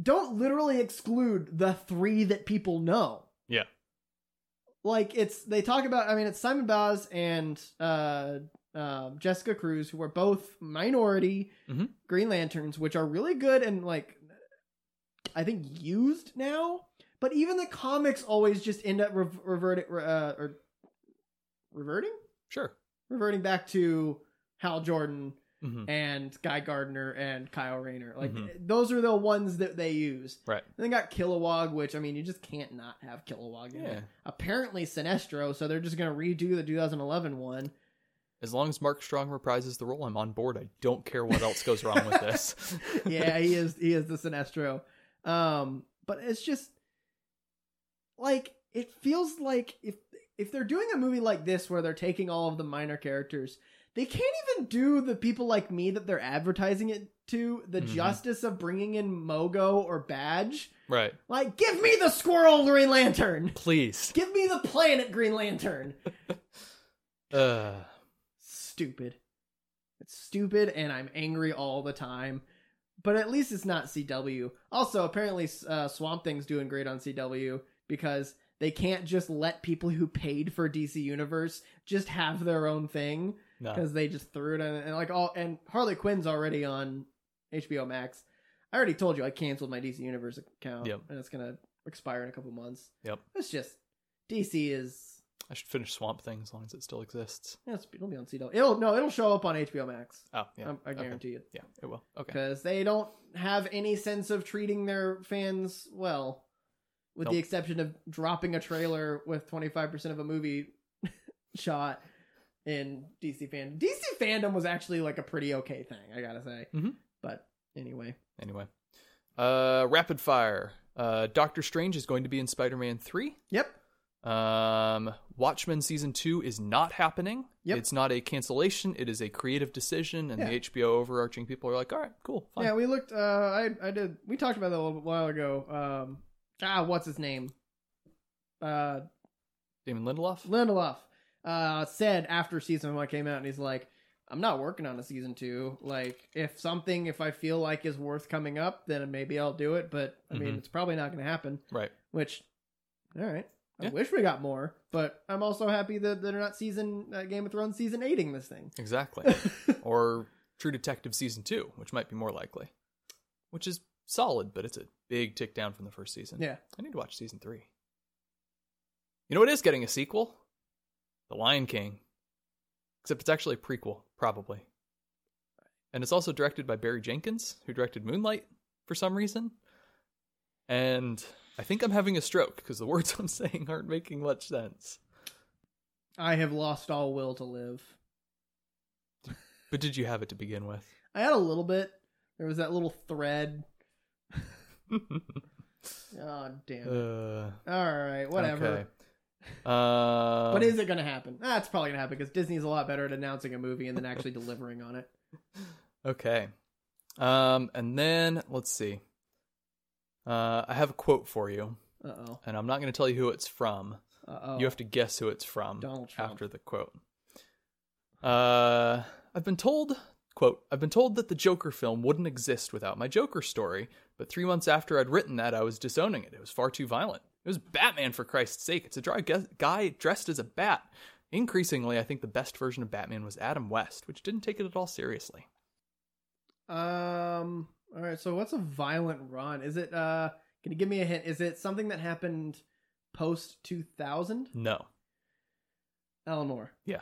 Speaker 1: don't literally exclude the three that people know.
Speaker 2: Yeah.
Speaker 1: Like it's they talk about I mean it's Simon Baz and uh, uh, Jessica Cruz who are both minority
Speaker 2: Mhm.
Speaker 1: Green Lanterns, which are really good and like I think used now. But even the comics always just end up rev- reverting uh, or reverting
Speaker 2: sure.
Speaker 1: reverting back to Hal Jordan
Speaker 2: hmm
Speaker 1: and Guy Gardner and Kyle Rayner. Like
Speaker 2: Mhm.
Speaker 1: those are the ones that they use.
Speaker 2: Right.
Speaker 1: And they got Kilowog, which I mean, you just can't not have Kilowog. In
Speaker 2: Yeah.
Speaker 1: it. Apparently Sinestro, so they're just gonna redo the 2011
Speaker 2: *laughs*
Speaker 1: one.
Speaker 2: As long as Mark Strong reprises the role, I'm on board. I don't care what else goes wrong
Speaker 1: *laughs*
Speaker 2: with this.
Speaker 1: yeah, he is. He is the Sinestro. Um, but it's just like it feels like if if they're doing a movie like this where they're taking all of the minor characters, they can't even do the people like me that they're advertising it to the
Speaker 2: Mhm.
Speaker 1: justice of bringing in Mogo or Badge.
Speaker 2: Right.
Speaker 1: Like, give me the squirrel Green Lantern.
Speaker 2: Please.
Speaker 1: Give me the planet Green Lantern.
Speaker 2: Uh,
Speaker 1: Stupid. It's stupid, and I'm angry all the time. But at least it's not CW. Also, apparently, uh, Swamp Thing's doing great on CW because they can't just let people who paid for DC Universe just have their own thing
Speaker 2: no.
Speaker 1: because they just threw it on, and like all and Harley Quinn's already on HBO Max. I already told you I canceled my DC Universe account,
Speaker 2: Yep.
Speaker 1: and it's gonna expire in a couple months.
Speaker 2: Yep.
Speaker 1: It's just DC is
Speaker 2: I should finish Swamp Thing as long as it still exists.
Speaker 1: it's, it'll be on CW. It'll no, it'll show up on HBO Max.
Speaker 2: Oh, yeah.
Speaker 1: I'm- I
Speaker 2: Okay.
Speaker 1: guarantee it
Speaker 2: Yeah, it will. Okay.
Speaker 1: because they don't have any sense of treating their fans well, with the
Speaker 2: Nope.
Speaker 1: exception of dropping a trailer with 25 percent of a movie *laughs* shot in DC fandom. DC fandom was actually like a pretty okay thing, I gotta say.
Speaker 2: Mhm.
Speaker 1: But anyway,
Speaker 2: Anyway. Uh, rapid fire. Uh, Doctor Strange is going to be in Spider Man 3.
Speaker 1: yep,
Speaker 2: Um, Watchmen season two is not happening.
Speaker 1: Yep.
Speaker 2: It's not a cancellation. It is a creative decision, and
Speaker 1: Yeah.
Speaker 2: the HBO overarching people are like, "All right, cool, fine."
Speaker 1: yeah, we looked. Uh, I I did. We talked about that a little while ago. Um, ah, what's his name? Uh,
Speaker 2: Damon Lindelof.
Speaker 1: Lindelof uh, said after season one came out, and he's like, "I'm not working on a season two. Like, if something, if I feel like is worth coming up, then maybe I'll do it. But I mean,
Speaker 2: Mhm.
Speaker 1: it's probably not going to happen.
Speaker 2: right.
Speaker 1: Which, all right, I
Speaker 2: Yeah.
Speaker 1: wish we got more, but I'm also happy that that they're not season uh, Game of Thrones season eighting this
Speaker 2: *laughs*
Speaker 1: thing. *laughs*
Speaker 2: Exactly. or True Detective season two, which might be more likely, which is solid, but it's a big tick down from the first season.
Speaker 1: yeah,
Speaker 2: I need to watch season three. You know what is getting a sequel? The Lion King. Except it's actually a prequel, probably. And it's also directed by Barry Jenkins, who directed Moonlight for some reason. And I think I'm having a stroke because the *laughs* words I'm saying aren't making much sense.
Speaker 1: I have lost all will to live.
Speaker 2: But did you have it to begin with?
Speaker 1: I had a little bit. There was that little
Speaker 2: *laughs*
Speaker 1: thread. Oh damn. it.
Speaker 2: Uh,
Speaker 1: all right, whatever. *laughs*
Speaker 2: okay. Uh,
Speaker 1: But is it going to happen? That's probably going to happen because Disney's a lot better at announcing a movie and then actually delivering on it.
Speaker 2: Okay. Um, and then let's see. Uh, I have a quote for you,
Speaker 1: Uh oh.
Speaker 2: and I'm not going to tell you who it's from.
Speaker 1: Uh oh.
Speaker 2: You have to guess who it's from
Speaker 1: Donald Trump.
Speaker 2: after the quote. Uh, I've been told, quote, I've been told that the Joker film wouldn't exist without my Joker story, but three months after I'd written that, I was disowning it. It was far too violent. It was Batman, for Christ's sake. It's a dry gu- guy dressed as a bat. Increasingly, I think the best version of Batman was Adam West, which didn't take it at all seriously.
Speaker 1: Um. All right. So what's a violent run? Is it? Uh. Can you give me a hint? Is it something that happened post two thousand?
Speaker 2: No.
Speaker 1: Eleanor.
Speaker 2: Yeah.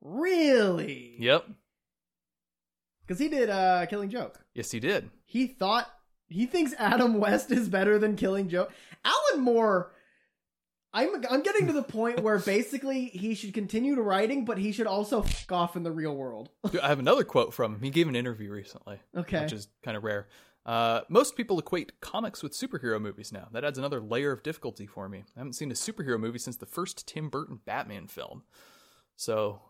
Speaker 1: Really?
Speaker 2: Yep.
Speaker 1: Because he did uh Killing Joke.
Speaker 2: Yes, he did.
Speaker 1: He thought he thinks Adam *laughs* West is better than Killing Joke. Alan Moore. I'm I'm getting to the point
Speaker 2: *laughs*
Speaker 1: where basically he should continue to writing, but he should also f- off in the real world. *laughs*
Speaker 2: Dude, I have another quote from him. He gave an interview recently,
Speaker 1: Okay.
Speaker 2: which is kind of rare. Uh, most people equate comics with superhero movies now. That adds another layer of difficulty for me. I haven't seen a superhero movie since the first Tim Burton Batman film. So,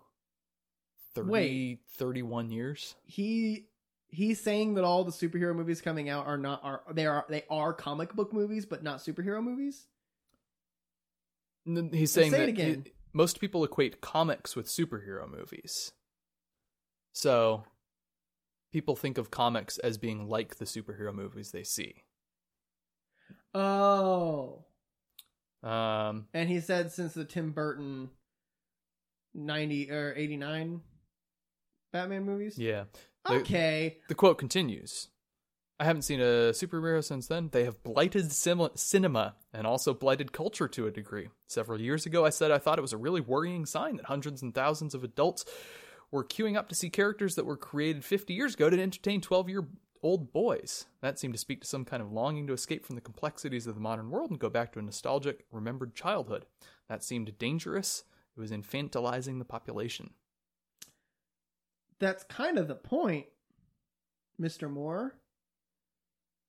Speaker 2: 30,
Speaker 1: Wait.
Speaker 2: 31 years.
Speaker 1: he he's saying that all the superhero movies coming out are not are they are they are comic book movies but not superhero movies
Speaker 2: And then He's saying
Speaker 1: say it
Speaker 2: that he-
Speaker 1: again.
Speaker 2: most people equate comics with superhero movies. So, people think of comics as being like the superhero movies they see.
Speaker 1: oh
Speaker 2: Um,
Speaker 1: and he said since the tim burton 90 or 89 batman movies
Speaker 2: yeah. The-
Speaker 1: okay
Speaker 2: The quote continues I haven't seen a superhero since then. They have blighted sim- cinema and also blighted culture to a degree. Several years ago, I said I thought it was a really worrying sign that hundreds and thousands of adults were queuing up to see characters that were created 50 years ago to entertain 12 year old boys. That seemed to speak to some kind of longing to escape from the complexities of the modern world and go back to a nostalgic, remembered childhood. That seemed dangerous. It was infantilizing the population.
Speaker 1: that's kind of the point mr moore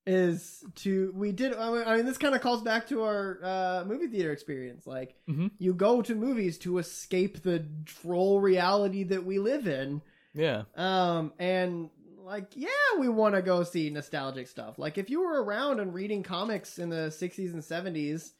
Speaker 1: is to we did I mean- I mean this kind of calls back to our uh movie theater experience like
Speaker 2: Mhm.
Speaker 1: you go to movies to escape the droll reality that we live in
Speaker 2: Yeah.
Speaker 1: um and like yeah we want to go see nostalgic stuff like if you were around and reading comics in the 60s and 70s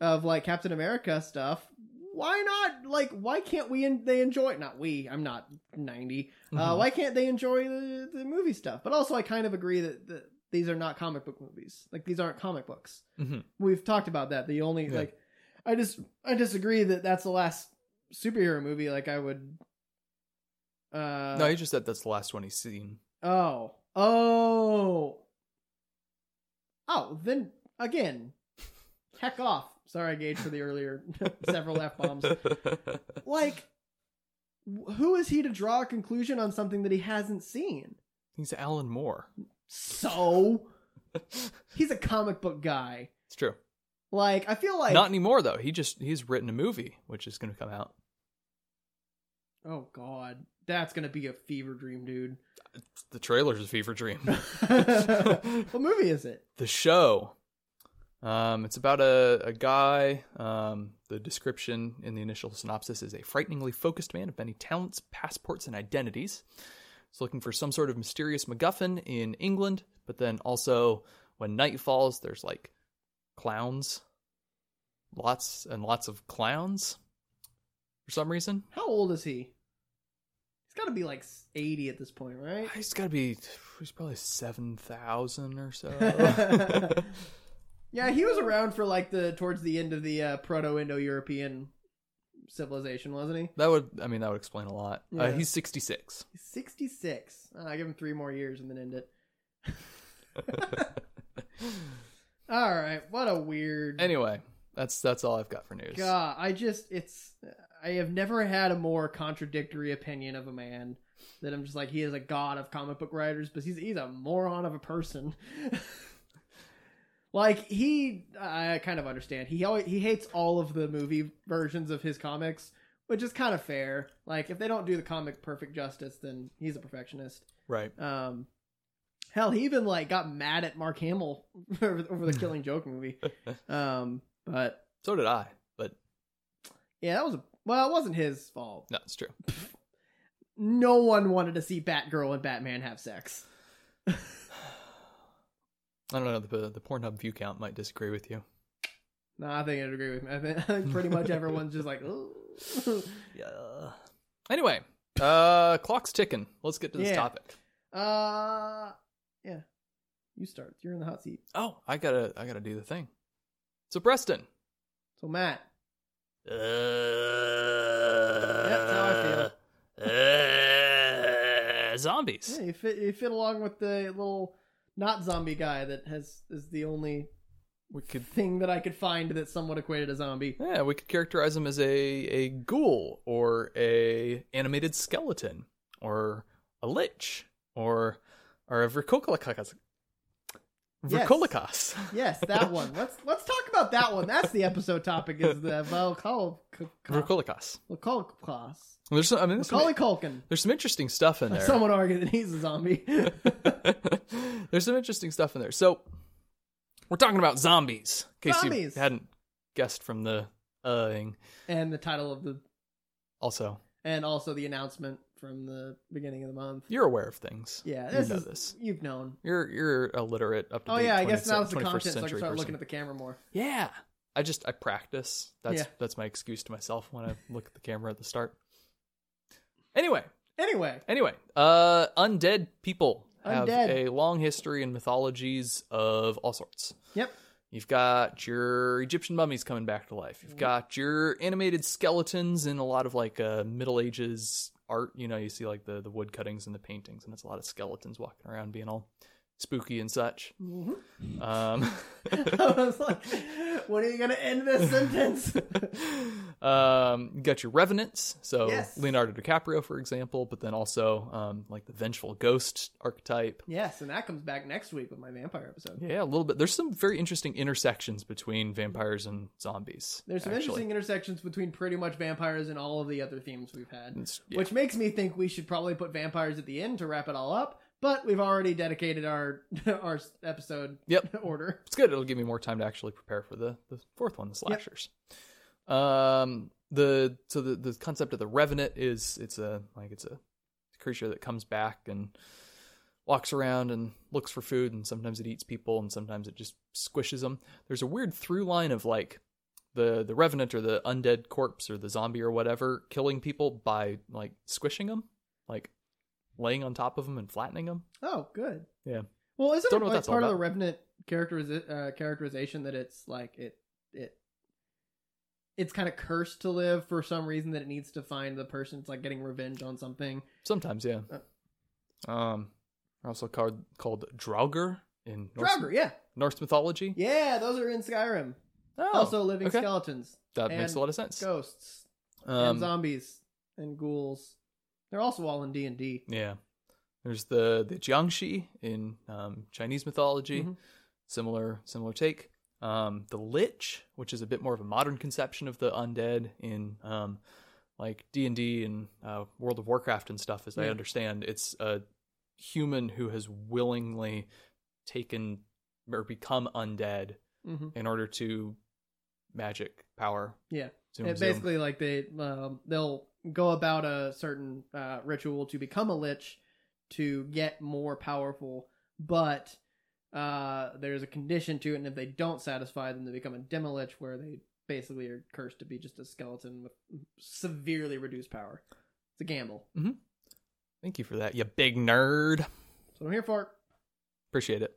Speaker 1: of like Captain America stuff why not like why can't we and they enjoy not we I'm not 90 uh,
Speaker 2: Mhm.
Speaker 1: why can't they enjoy the, the movie stuff? But also, I kind of agree that, that these are not comic book movies. Like these aren't comic books.
Speaker 2: Mhm.
Speaker 1: We've talked about that. The only
Speaker 2: Yeah.
Speaker 1: like, I just I disagree that that's the last superhero movie. Like I would. Uh,
Speaker 2: no, he just said that's the last one he's seen.
Speaker 1: Oh. Oh. Oh. Then again, heck off. Sorry, Gage, for the earlier *laughs* several f
Speaker 2: *laughs*
Speaker 1: bombs like wh- who is he to draw a conclusion on something that he hasn't seen
Speaker 2: he's Alan Moore.
Speaker 1: so he's a comic book guy
Speaker 2: It's true.
Speaker 1: like i feel like
Speaker 2: Not anymore though. He just he's written a movie which is going to come out.
Speaker 1: oh god that's gonna be a fever dream dude
Speaker 2: The trailer's a fever dream. *laughs*
Speaker 1: what movie is it
Speaker 2: the show. Um, it's about a, a guy. Um, the description in the initial synopsis is a frighteningly focused man of many talents, passports, and identities. He's looking for some sort of mysterious MacGuffin in England, but then also when night falls, there's like clowns. Lots and lots of clowns for some reason.
Speaker 1: how old is he he's gotta be like 80 at this point right
Speaker 2: He's got to be, he's probably 7,000 or
Speaker 1: *laughs*
Speaker 2: so.
Speaker 1: yeah he was around for like the towards the end of the uh, proto-indo-european civilization wasn't he
Speaker 2: *laughs* That would, I mean, that would explain a lot.
Speaker 1: Yeah.
Speaker 2: Uh, he's 66.
Speaker 1: He's 66. Uh, I give him three more years and then end it. *laughs* all right. What a weird.
Speaker 2: Anyway, that's that's all I've got for news.
Speaker 1: God, I just, it's, I have never had a more contradictory opinion of a man that I'm just like, he is a god of comic book writers, but he's, he's a moron of a person. *laughs* like, he, I kind of understand. He always, he hates all of the movie versions of his comics, which is kind of fair. Like, if they don't do the comic perfect justice, then he's a perfectionist.
Speaker 2: Right.
Speaker 1: Um, hell, he even like got mad at Mark Hamill *laughs* over, over the Killing Joke movie. Um, but
Speaker 2: So did I. But
Speaker 1: yeah, that was a, well, it wasn't his fault.
Speaker 2: no, it's true.
Speaker 1: No one wanted to see Batgirl and Batman have sex.
Speaker 2: I don't know. The the Pornhub view count might disagree with you.
Speaker 1: No, I think I'd agree with me. I think, I think pretty much everyone's just like, "Ooh."
Speaker 2: Yeah. Anyway, uh, clock's ticking. Let's get to this
Speaker 1: Yeah.
Speaker 2: topic.
Speaker 1: uh, yeah. You start. You're in the hot seat.
Speaker 2: Oh, I gotta I gotta do the thing. So Preston.
Speaker 1: So Matt,
Speaker 2: Uh, *laughs* uh, zombies.
Speaker 1: yeah, you fit you fit along with the little not zombie guy that has is the only
Speaker 2: We could
Speaker 1: thing that I could find that somewhat equated a zombie.
Speaker 2: yeah we could characterize him as a a ghoul or a animated skeleton or a lich or or a verkokolikas.
Speaker 1: Yes.
Speaker 2: Verkolikas.
Speaker 1: Yes, that one. Let's let's talk about that one. That's the episode topic. Is the Valkal
Speaker 2: Verkolikas.
Speaker 1: Valkal
Speaker 2: There's some, I mean, there's some,
Speaker 1: Macaulay Culkin?
Speaker 2: there's some interesting stuff in there.
Speaker 1: Someone argued that he's a zombie.
Speaker 2: *laughs*
Speaker 1: *laughs*
Speaker 2: there's some interesting stuff in there. So we're talking about zombies. In case
Speaker 1: Zombies.
Speaker 2: you hadn't guessed from the uh thing.
Speaker 1: and the title of the
Speaker 2: Also,
Speaker 1: and also the announcement from the beginning of the month.
Speaker 2: you're aware of things.
Speaker 1: Yeah,
Speaker 2: you
Speaker 1: this
Speaker 2: know
Speaker 1: is,
Speaker 2: this.
Speaker 1: you've known.
Speaker 2: You're you're illiterate up to
Speaker 1: Oh
Speaker 2: date
Speaker 1: yeah, I guess
Speaker 2: 20th
Speaker 1: now's the
Speaker 2: 21st
Speaker 1: content, so I can
Speaker 2: century
Speaker 1: start
Speaker 2: person.
Speaker 1: looking at the camera more.
Speaker 2: Yeah. I just I practice. That's
Speaker 1: Yeah.
Speaker 2: that's my excuse to myself when I look at the camera at the start. Anyway,
Speaker 1: Anyway,
Speaker 2: anyway, uh undead people have
Speaker 1: Undead.
Speaker 2: a long history in mythologies of all sorts.
Speaker 1: yep,
Speaker 2: You've got your Egyptian mummies coming back to life.
Speaker 1: Mm-hmm.
Speaker 2: You've got your animated skeletons in a lot of like uh, Middle Ages art. You know, you see like the the wood cuttings and the paintings, and it's a lot of skeletons walking around being all spooky and such. *laughs* Um,
Speaker 1: Mm-hmm. *laughs* I was like, when are you gonna end this sentence? *laughs*
Speaker 2: *laughs* um, you got your revenants, so
Speaker 1: Yes.
Speaker 2: Leonardo DiCaprio, for example, but then also um, like the vengeful ghost archetype.
Speaker 1: yes, and that comes back next week with my vampire episode.
Speaker 2: Yeah, a little bit. There's some very interesting intersections between vampires and zombies.
Speaker 1: There's some
Speaker 2: actually.
Speaker 1: interesting intersections between pretty much vampires and all of the other themes we've had,
Speaker 2: It's- yeah.
Speaker 1: which makes me think we should probably put vampires at the end to wrap it all up. But we've already dedicated our *laughs* our episode
Speaker 2: Yep.
Speaker 1: *laughs* order.
Speaker 2: It's good. It'll give me more time to actually prepare for the, the fourth one, the slashers. Um, the so the, the concept of the revenant is it's a like it's a creature that comes back and walks around and looks for food, and sometimes it eats people, and sometimes it just squishes them. There's a weird through line of like the the revenant or the undead corpse or the zombie or whatever killing people by like squishing them, like laying on top of them and flattening them.
Speaker 1: Oh, good.
Speaker 2: Yeah.
Speaker 1: Well, isn't
Speaker 2: Don't
Speaker 1: it
Speaker 2: know what
Speaker 1: like
Speaker 2: that's all
Speaker 1: part of the
Speaker 2: about.
Speaker 1: Revenant characteriz- uh, characterization that it's like it it it's kind of cursed to live for some reason that it needs to find the person. It's like getting revenge on something.
Speaker 2: Sometimes, yeah.
Speaker 1: Uh.
Speaker 2: Um, they're also called called Draugr in Norse,
Speaker 1: Draugr, yeah,
Speaker 2: Norse mythology.
Speaker 1: yeah, those are in Skyrim.
Speaker 2: Oh,
Speaker 1: also, living
Speaker 2: okay.
Speaker 1: skeletons,
Speaker 2: that makes
Speaker 1: and
Speaker 2: a lot of sense.
Speaker 1: ghosts, and
Speaker 2: Um,
Speaker 1: zombies, and ghouls. They're also all in D and D.
Speaker 2: yeah, there's the the Jiangshi in um, Chinese mythology.
Speaker 1: Mhm.
Speaker 2: Similar similar take. Um, the Lich, which is a bit more of a modern conception of the undead in um, like D and D and uh, World of Warcraft and stuff. As I
Speaker 1: Yeah.
Speaker 2: understand, it's a human who has willingly taken or become undead
Speaker 1: hmm
Speaker 2: in order to magic power.
Speaker 1: Yeah.
Speaker 2: Zoom,
Speaker 1: it
Speaker 2: zoom.
Speaker 1: basically like they um, they'll go about a certain uh, ritual to become a lich to get more powerful but uh, there's a condition to it and if they don't satisfy then they become a demolich where they basically are cursed to be just a skeleton with severely reduced power it's a gamble
Speaker 2: Thank you for that, you big nerd.
Speaker 1: that's what i'm here for
Speaker 2: Appreciate it.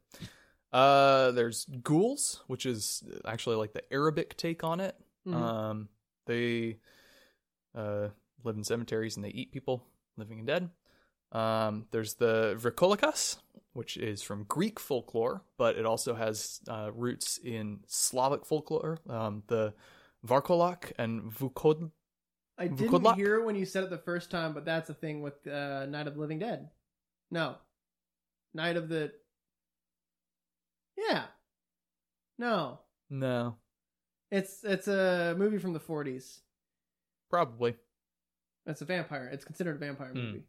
Speaker 2: Uh, there's ghouls, which is actually like the Arabic take on it.
Speaker 1: Mhm.
Speaker 2: Um, they uh, live in cemeteries and they eat people, living and dead. Um, there's the Vrikolikas, which is from Greek folklore, but it also has uh, roots in Slavic folklore. Um, the Varkolak and Vukod.
Speaker 1: i
Speaker 2: Good
Speaker 1: didn't
Speaker 2: luck.
Speaker 1: hear it when you said it the first time but that's a thing with uh, night of the living dead no night of the yeah no
Speaker 2: No,
Speaker 1: It's it's a movie from the forties.
Speaker 2: probably.
Speaker 1: It's a vampire. It's considered a vampire
Speaker 2: Hmm.
Speaker 1: movie,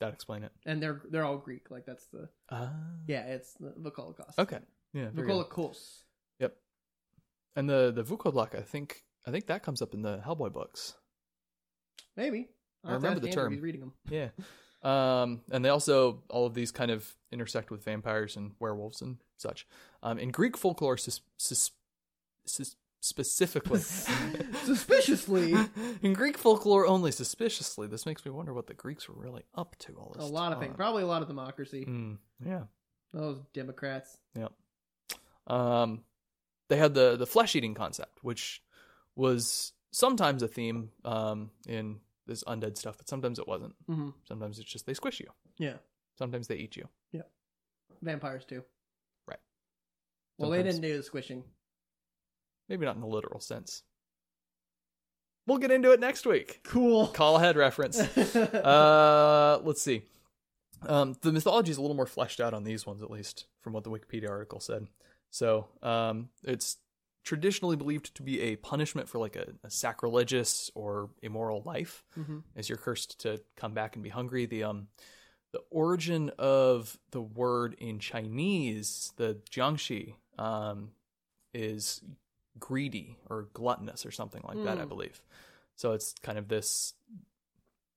Speaker 2: That explain it.
Speaker 1: and they're they're all Greek. Like that's the
Speaker 2: Ah.
Speaker 1: yeah. It's the Vukolikos.
Speaker 2: Okay. Yeah. very good.
Speaker 1: Vukolikos.
Speaker 2: And the the Vukodlak, I think I think that comes up in the Hellboy books.
Speaker 1: Maybe
Speaker 2: I remember the term.
Speaker 1: He's reading them. *laughs*
Speaker 2: Yeah. um, and they also all of these kind of intersect with vampires and werewolves and such. Um, in Greek folklore, sus- sus- sus- specifically.
Speaker 1: *laughs* Suspiciously,
Speaker 2: *laughs* In Greek folklore only, suspiciously, this makes me wonder what the Greeks were really up to all
Speaker 1: a
Speaker 2: this.
Speaker 1: lot of things.
Speaker 2: time.
Speaker 1: Probably a lot of democracy.
Speaker 2: Mm, yeah.
Speaker 1: Those Democrats.
Speaker 2: um, they had the the flesh eating concept, which was sometimes a theme um, in this undead stuff, but sometimes it wasn't.
Speaker 1: hmm
Speaker 2: Sometimes it's just they squish you.
Speaker 1: Yeah.
Speaker 2: Sometimes they eat you.
Speaker 1: Vampires too.
Speaker 2: Right.
Speaker 1: Well, they
Speaker 2: Sometimes.
Speaker 1: didn't do the squishing.
Speaker 2: Maybe not in the literal sense. We'll get into it next week.
Speaker 1: Cool.
Speaker 2: Call ahead reference. *laughs* uh, let's see. Um, the mythology is a little more fleshed out on these ones, at least from what the Wikipedia article said. So um, it's traditionally believed to be a punishment for like a, a sacrilegious or immoral life,
Speaker 1: hmm
Speaker 2: as you're cursed to come back and be hungry. The um, the origin of the word in Chinese, the jiangshi, um, is greedy or gluttonous or something like that, I
Speaker 1: Mm.
Speaker 2: believe. So it's kind of this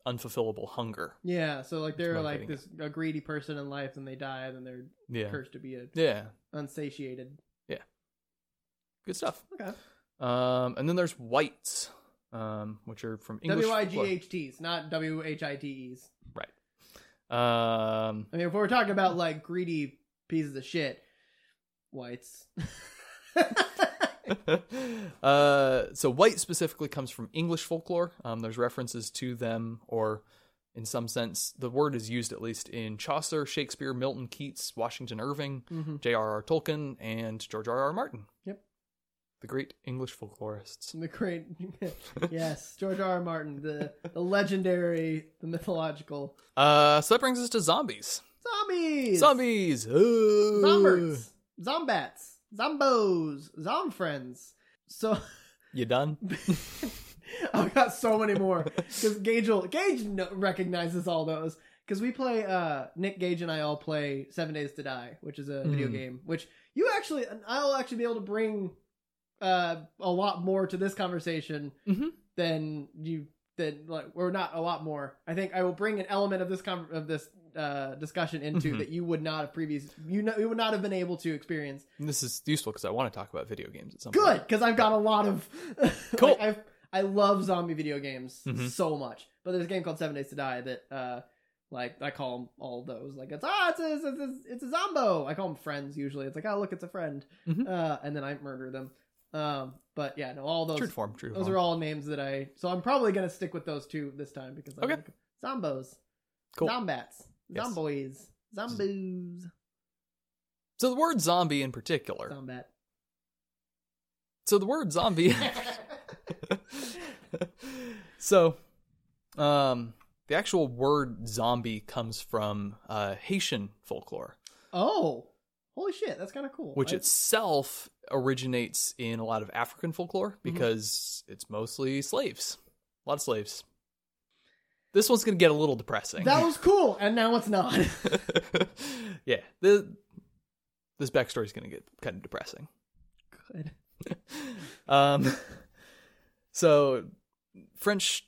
Speaker 2: unfulfillable hunger.
Speaker 1: Yeah. So like they're
Speaker 2: my
Speaker 1: like
Speaker 2: reading.
Speaker 1: this a greedy person in life, and they die, then they're
Speaker 2: Yeah.
Speaker 1: cursed to be a
Speaker 2: Yeah.
Speaker 1: unsatiated.
Speaker 2: Good stuff.
Speaker 1: Okay.
Speaker 2: Um, and then there's whites, um, which are from English.
Speaker 1: W i g h t s, not w h i t e s.
Speaker 2: folklore. Um,
Speaker 1: I mean, if we're talking about like greedy pieces of shit, whites.
Speaker 2: *laughs* uh, so white specifically comes from English folklore. Um, there's references to them, or in some sense, the word is used at least in Chaucer, Shakespeare, Milton Keats, Washington Irving,
Speaker 1: Mhm.
Speaker 2: J.R.R. Tolkien, and George R.R. Martin.
Speaker 1: Yep.
Speaker 2: The great English folklorists.
Speaker 1: *laughs* The great, *laughs* yes, George R. R. Martin, the, the legendary, the mythological
Speaker 2: Uh, so that brings us to zombies.
Speaker 1: zombies,
Speaker 2: Zombies! Ooh.
Speaker 1: zombers, zombats, zombos, zomfriends. So
Speaker 2: You done?
Speaker 1: *laughs* I've got so many more because Gage will, Gage kno- recognizes all those because we play uh, Nick Gage and I all play Seven Days to Die, which is a video
Speaker 2: Mm.
Speaker 1: game. Which you actually, and I'll actually be able to bring uh, a lot more to this conversation
Speaker 2: Mhm.
Speaker 1: than you than like or not a lot more. I think I will bring an element of this con- of this uh, discussion into
Speaker 2: Mhm.
Speaker 1: that you would not have previous you know you would not have been able to experience
Speaker 2: And *laughs* this is useful because I want to talk about video games at some
Speaker 1: good
Speaker 2: point.
Speaker 1: because I've got a lot of *laughs*
Speaker 2: Cool.
Speaker 1: Like, I've, I love zombie video games
Speaker 2: Mhm.
Speaker 1: so much, but there's a game called Seven Days to Die that uh, like I call them all those like it's ah it's a, it's a, it's a zombo. I call them friends usually. It's like oh look it's a friend,
Speaker 2: Mhm.
Speaker 1: uh, and then I murder them. Um, but yeah, no, all those
Speaker 2: True form, true
Speaker 1: those
Speaker 2: form.
Speaker 1: are all names that I. So I'm probably gonna stick with those two this time because I
Speaker 2: Okay.
Speaker 1: like 'em. zombos,
Speaker 2: Cool.
Speaker 1: zombats,
Speaker 2: Yes.
Speaker 1: zomboids, zomboos,
Speaker 2: so the word zombie in particular.
Speaker 1: zombat. *laughs*
Speaker 2: so the word zombie. *laughs* so, um, the actual word zombie comes from uh, Haitian folklore,
Speaker 1: oh, holy shit, that's kind of cool.
Speaker 2: which
Speaker 1: I-
Speaker 2: itself originates in a lot of African folklore because it's mostly slaves, a lot of slaves. This one's going to get a little depressing.
Speaker 1: That was cool, and now it's not.
Speaker 2: *laughs* yeah, the, this backstory's going to get kind of depressing.
Speaker 1: Good.
Speaker 2: Um, *laughs* so French,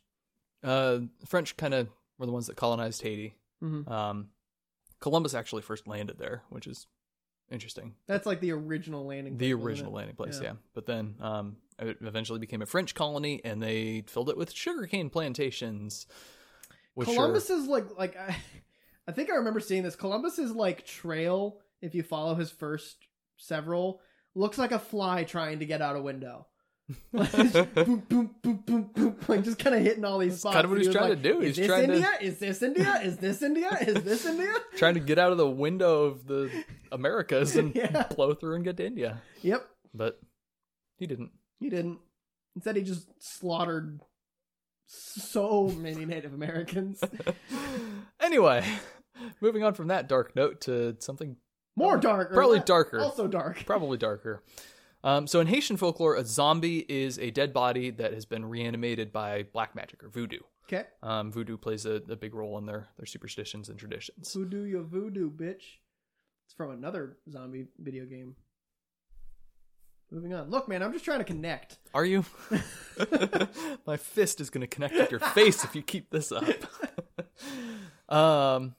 Speaker 2: uh, French kind of were the ones that colonized Haiti.
Speaker 1: Mhm.
Speaker 2: Um, Columbus actually first landed there, which is interesting.
Speaker 1: That's like the original landing.
Speaker 2: The
Speaker 1: place, wasn't
Speaker 2: original
Speaker 1: it?
Speaker 2: landing place,
Speaker 1: Yeah.
Speaker 2: yeah. But then, um, it eventually became a French colony, and they filled it with sugarcane plantations. Which
Speaker 1: Columbus *laughs*
Speaker 2: are,
Speaker 1: is like like I, I think I remember seeing this. Columbus is like trail. If you follow his first several, looks like a fly trying to get out a window. *laughs* Like,
Speaker 2: *laughs*
Speaker 1: boop, boop, boop, boop, boop, like just kind of hitting all these spots.
Speaker 2: kind of what
Speaker 1: And
Speaker 2: he's
Speaker 1: he was
Speaker 2: trying
Speaker 1: like,
Speaker 2: to do.
Speaker 1: Is
Speaker 2: He's
Speaker 1: this
Speaker 2: trying to-
Speaker 1: India? Is this India? Is this India? Is
Speaker 2: *laughs*
Speaker 1: this India?
Speaker 2: *laughs* trying to get out of the window of the Americas
Speaker 1: *laughs*
Speaker 2: and
Speaker 1: Yeah.
Speaker 2: blow through and get to India,
Speaker 1: Yep.
Speaker 2: but he didn't.
Speaker 1: He didn't. Instead, he just slaughtered so many Native
Speaker 2: *laughs*
Speaker 1: Americans.
Speaker 2: anyway, *laughs* moving on from that dark note to something
Speaker 1: More dark. or
Speaker 2: probably
Speaker 1: less-
Speaker 2: darker.
Speaker 1: Also dark. *laughs*
Speaker 2: probably darker. Um, so in Haitian folklore, a zombie is a dead body that has been reanimated by black magic or voodoo.
Speaker 1: Okay.
Speaker 2: Um, voodoo plays a, a big role in their, their superstitions and traditions.
Speaker 1: Voodoo your voodoo, bitch. It's from another zombie video game. Moving on. Look, man, I'm just trying to connect.
Speaker 2: Are you? *laughs* My fist is going to connect with your face if you keep this up. *laughs* um,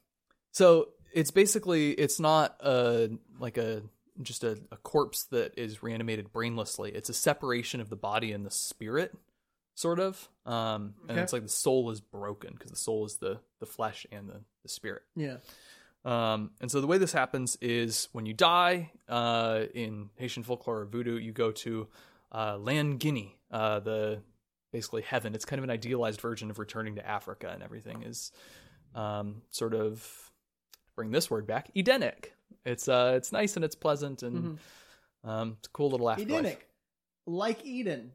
Speaker 2: so it's basically it's not a like a just a, a corpse that is reanimated brainlessly. It's a separation of the body and the spirit, sort of. Um, and
Speaker 1: Okay.
Speaker 2: it's like the soul is broken because the soul is the the flesh and the the spirit.
Speaker 1: Yeah.
Speaker 2: Um, and so the way this happens is when you die uh, in Haitian folklore or voodoo, you go to uh, Land Guinea, uh, the basically heaven. It's kind of an idealized version of returning to Africa, and everything is um, sort of bring this word back Edenic. It's uh, it's nice and it's pleasant and um, it's a cool little afterlife.
Speaker 1: Mm-hmm. Edenic. Like Eden.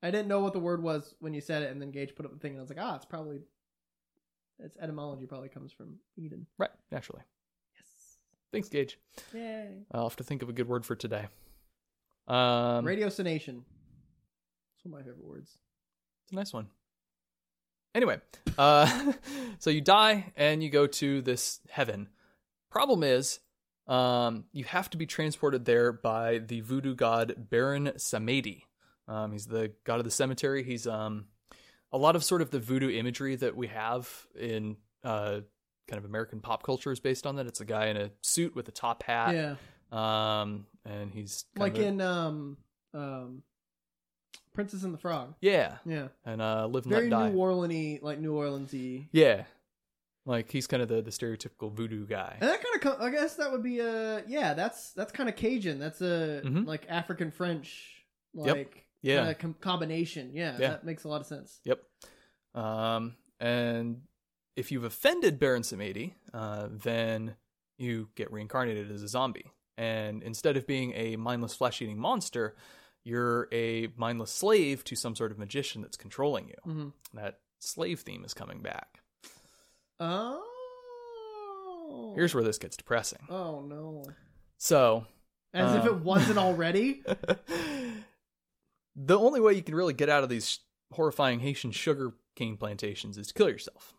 Speaker 1: I didn't know what the word was when you said it, and then Gage put up the thing, and I was like, ah, it's probably. Its etymology probably comes from Eden.
Speaker 2: right? Naturally.
Speaker 1: Yes.
Speaker 2: Thanks, Gage.
Speaker 1: Yay.
Speaker 2: I'll have to think of a good word for today. Um,
Speaker 1: Radiocination. It's one of my favorite words.
Speaker 2: It's a nice one. Anyway, uh, *laughs* so you die and you go to this heaven. Problem is, um, you have to be transported there by the voodoo god Baron Samedi. Um, he's the god of the cemetery. He's um, a lot of sort of the voodoo imagery that we have in uh, kind of American pop culture is based on that. It's a guy in a suit with a top hat,
Speaker 1: yeah.
Speaker 2: um, and he's kind
Speaker 1: Like
Speaker 2: of a-
Speaker 1: in um, um, Princess and the Frog.
Speaker 2: yeah,
Speaker 1: Yeah.
Speaker 2: and uh, live and
Speaker 1: Very
Speaker 2: let die.
Speaker 1: New Orleans like New Orleans y.
Speaker 2: Yeah. Like he's kind of the, the stereotypical voodoo guy.
Speaker 1: And that kind of, co- I guess that would be a, yeah, that's, that's kind of Cajun. That's a,
Speaker 2: Mhm.
Speaker 1: like African French, like,
Speaker 2: Yep. Yeah.
Speaker 1: kinda com- combination. Yeah,
Speaker 2: Yeah.
Speaker 1: That makes a lot of sense.
Speaker 2: Yep. Um, and if you've offended Baron Samedi, uh, then you get reincarnated as a zombie. And instead of being a mindless flesh eating monster, you're a mindless slave to some sort of magician that's controlling you.
Speaker 1: hmm
Speaker 2: That slave theme is coming back.
Speaker 1: Oh.
Speaker 2: Here's where this gets depressing.
Speaker 1: Oh, no.
Speaker 2: So,
Speaker 1: As if
Speaker 2: Um. *laughs*
Speaker 1: it wasn't already.
Speaker 2: the only way you can really get out of these horrifying Haitian sugar cane plantations is to kill yourself.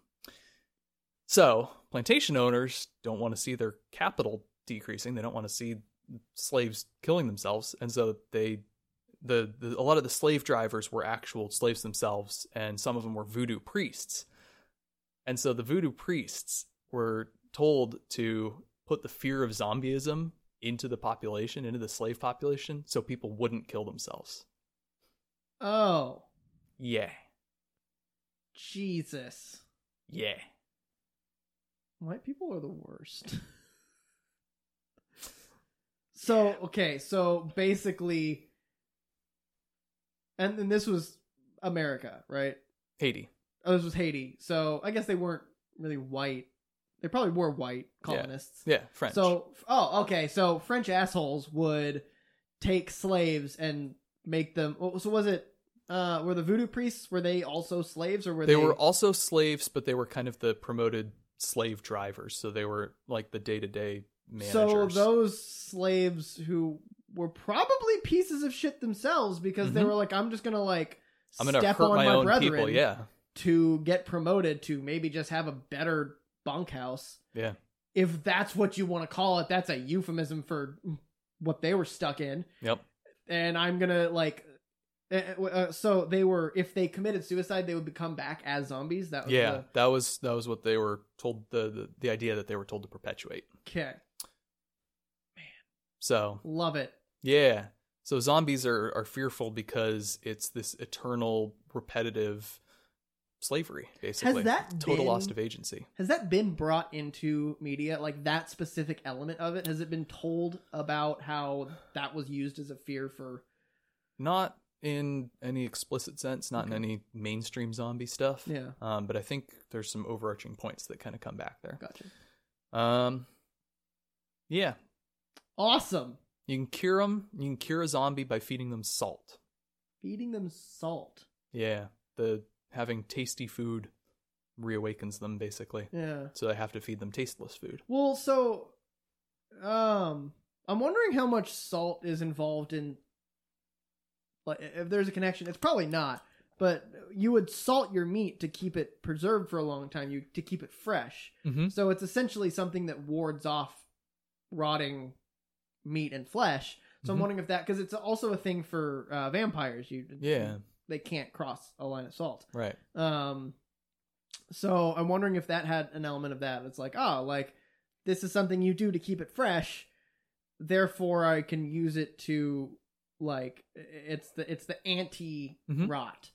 Speaker 2: So, plantation owners don't want to see their capital decreasing. They don't want to see slaves killing themselves, and so they the, the a lot of the slave drivers were actual slaves themselves, and some of them were voodoo priests. And so the voodoo priests were told to put the fear of zombieism into the population, into the slave population, so people wouldn't kill themselves.
Speaker 1: Oh,
Speaker 2: Yeah.
Speaker 1: Jesus.
Speaker 2: Yeah.
Speaker 1: White people are the worst. *laughs* so, okay, so basically and then this was America, right?
Speaker 2: Haiti.
Speaker 1: Oh, this was Haiti. So, I guess they weren't really white. They probably were white colonists.
Speaker 2: Yeah, French.
Speaker 1: So, oh, okay. So French assholes would take slaves and make them. oh, So was it? Uh, were the voodoo priests? Were they also slaves, or were
Speaker 2: they
Speaker 1: they,
Speaker 2: were also slaves, but they were kind of the promoted slave drivers, so they were like the day to day
Speaker 1: so
Speaker 2: managers.
Speaker 1: those slaves who were probably pieces of shit themselves because they
Speaker 2: Mhm.
Speaker 1: were like, I'm just gonna like
Speaker 2: I'm gonna
Speaker 1: step
Speaker 2: hurt
Speaker 1: on
Speaker 2: my, own
Speaker 1: brethren
Speaker 2: people. Yeah,
Speaker 1: to get promoted to maybe just have a better bunkhouse.
Speaker 2: Yeah.
Speaker 1: If that's what you want to call it, that's a euphemism for what they were stuck in.
Speaker 2: Yep.
Speaker 1: And I'm going to like uh, uh, so they were if they committed suicide, they would become back as zombies. That was
Speaker 2: yeah.
Speaker 1: the-
Speaker 2: That was that was what they were told. The, the the idea that they were told to perpetuate.
Speaker 1: okay.
Speaker 2: So
Speaker 1: Love it.
Speaker 2: yeah. So zombies are are fearful because it's this eternal repetitive slavery, basically.
Speaker 1: that
Speaker 2: total
Speaker 1: been-
Speaker 2: loss of agency?
Speaker 1: Has that been brought into media like that specific element of it? Has it been told about how that was used as a fear for
Speaker 2: Not in any explicit sense. Not in
Speaker 1: Okay.
Speaker 2: any mainstream zombie stuff.
Speaker 1: yeah,
Speaker 2: Um, but I think there's some overarching points that kind of come back there.
Speaker 1: gotcha.
Speaker 2: Um, yeah,
Speaker 1: Awesome.
Speaker 2: you can cure them. You can cure a zombie by feeding them salt.
Speaker 1: Feeding them salt.
Speaker 2: Yeah, the having tasty food reawakens them basically.
Speaker 1: Yeah.
Speaker 2: So I have to feed them tasteless food.
Speaker 1: Well, so um I'm wondering how much salt is involved in like if there's a connection. It's probably not, but you would salt your meat to keep it preserved for a long time, you to keep it fresh.
Speaker 2: Mm-hmm.
Speaker 1: So it's essentially something that wards off rotting meat and flesh. So I'm
Speaker 2: Mhm.
Speaker 1: wondering if that cuz it's also a thing for uh, vampires. You
Speaker 2: Yeah.
Speaker 1: They can't cross a line of salt.
Speaker 2: Right.
Speaker 1: Um, so I'm wondering if that had an element of that. It's like, oh, like this is something you do to keep it fresh. Therefore, I can use it to like it's the it's the
Speaker 2: Mm-hmm.
Speaker 1: anti rot,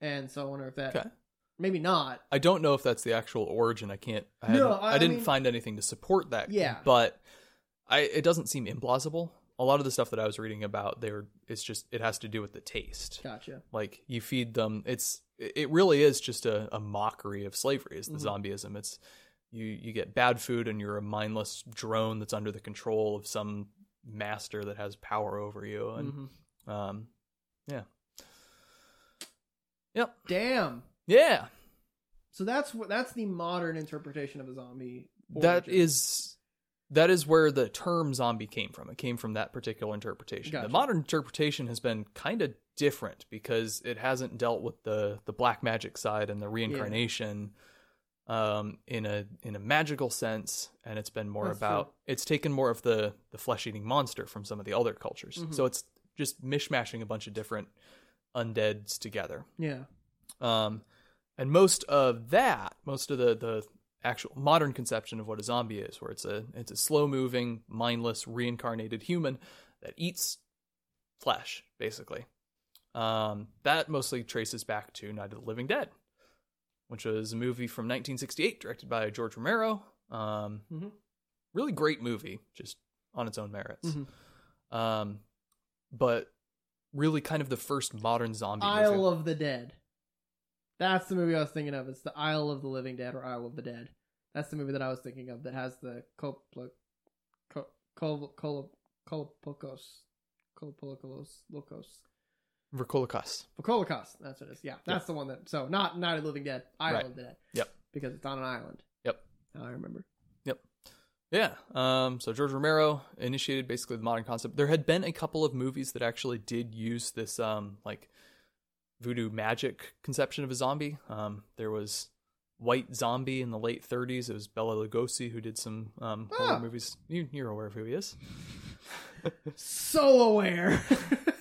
Speaker 1: and so I wonder if that
Speaker 2: Okay.
Speaker 1: maybe not.
Speaker 2: I don't know if that's the actual origin. I can't. I,
Speaker 1: No,
Speaker 2: haven't-
Speaker 1: I-
Speaker 2: I,
Speaker 1: I
Speaker 2: didn't
Speaker 1: mean-
Speaker 2: find anything to support that.
Speaker 1: Yeah.
Speaker 2: But I it doesn't seem implausible. A lot of the stuff that I was reading about, they were. It's just it has to do with the taste.
Speaker 1: Gotcha.
Speaker 2: like you feed them it's it really is just a, a mockery of slavery is the
Speaker 1: Mhm.
Speaker 2: zombieism it's you you get bad food and you're a mindless drone that's under the control of some master that has power over you and
Speaker 1: Mhm.
Speaker 2: um
Speaker 1: Damn.
Speaker 2: yeah
Speaker 1: So that's what that's the modern interpretation of a zombie.
Speaker 2: that
Speaker 1: origin.
Speaker 2: is that is where the term zombie came from it came from that particular interpretation
Speaker 1: Gotcha.
Speaker 2: the modern interpretation has been kind of different because it hasn't dealt with the the black magic side and the reincarnation um in a in a magical sense and it's been more
Speaker 1: That's
Speaker 2: about
Speaker 1: true.
Speaker 2: it's taken more of the the flesh-eating monster from some of the other cultures
Speaker 1: Mhm.
Speaker 2: so it's just mishmashing a bunch of different undeads together
Speaker 1: yeah.
Speaker 2: um, and most of that, most of the the actual modern conception of what a zombie is, where it's a it's a slow moving, mindless, reincarnated human that eats flesh, basically. Um, that mostly traces back to Night of the Living Dead, which was a movie from 1968 directed by George Romero. Um,
Speaker 1: Mhm.
Speaker 2: Really great movie, just on its own merits.
Speaker 1: Mhm.
Speaker 2: Um, but really, kind of the first modern zombie movie.
Speaker 1: Isle of the Dead. That's the movie I was thinking of. It's the Isle of the Living Dead or Isle of the Dead. That's the movie that I was thinking of that has the Copla, Co- Col- Col- Colopocos, Colopolocos, Locos,
Speaker 2: Verkolikos.
Speaker 1: Colocos. That's what it is. Yeah, that's the one that. So not Night of the Living Dead, Isle
Speaker 2: Right.
Speaker 1: of the Dead.
Speaker 2: Yep. *laughs*
Speaker 1: Because it's on an island.
Speaker 2: Yep.
Speaker 1: Now I remember.
Speaker 2: Yeah. Um, so George Romero initiated basically the modern concept. There had been a couple of movies that actually did use this um, like voodoo magic conception of a zombie. Um, there was White Zombie in the late 30s. It was Bela Lugosi who did some um,
Speaker 1: Ah.
Speaker 2: horror movies. You, you're aware of who he is. *laughs*
Speaker 1: So aware. *laughs*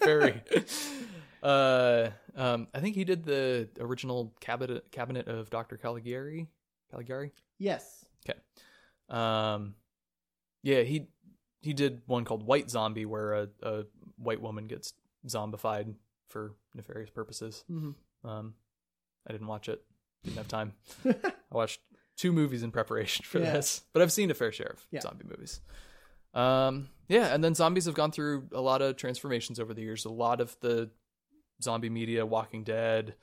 Speaker 2: Very. *laughs* uh, um, I think he did the original cabinet cabinet of Dr. Caligari. Caligari.
Speaker 1: yes.
Speaker 2: Um, yeah, he he did one called White Zombie, where a, a white woman gets zombified for nefarious purposes.
Speaker 1: Mhm.
Speaker 2: Um, I didn't watch it; didn't
Speaker 1: *laughs*
Speaker 2: have time. I watched two movies in preparation for
Speaker 1: Yeah.
Speaker 2: this, but I've seen a fair share of
Speaker 1: Yeah.
Speaker 2: zombie movies. Um, yeah, and then zombies have gone through a lot of transformations over the years. A lot of the zombie media, Walking Dead,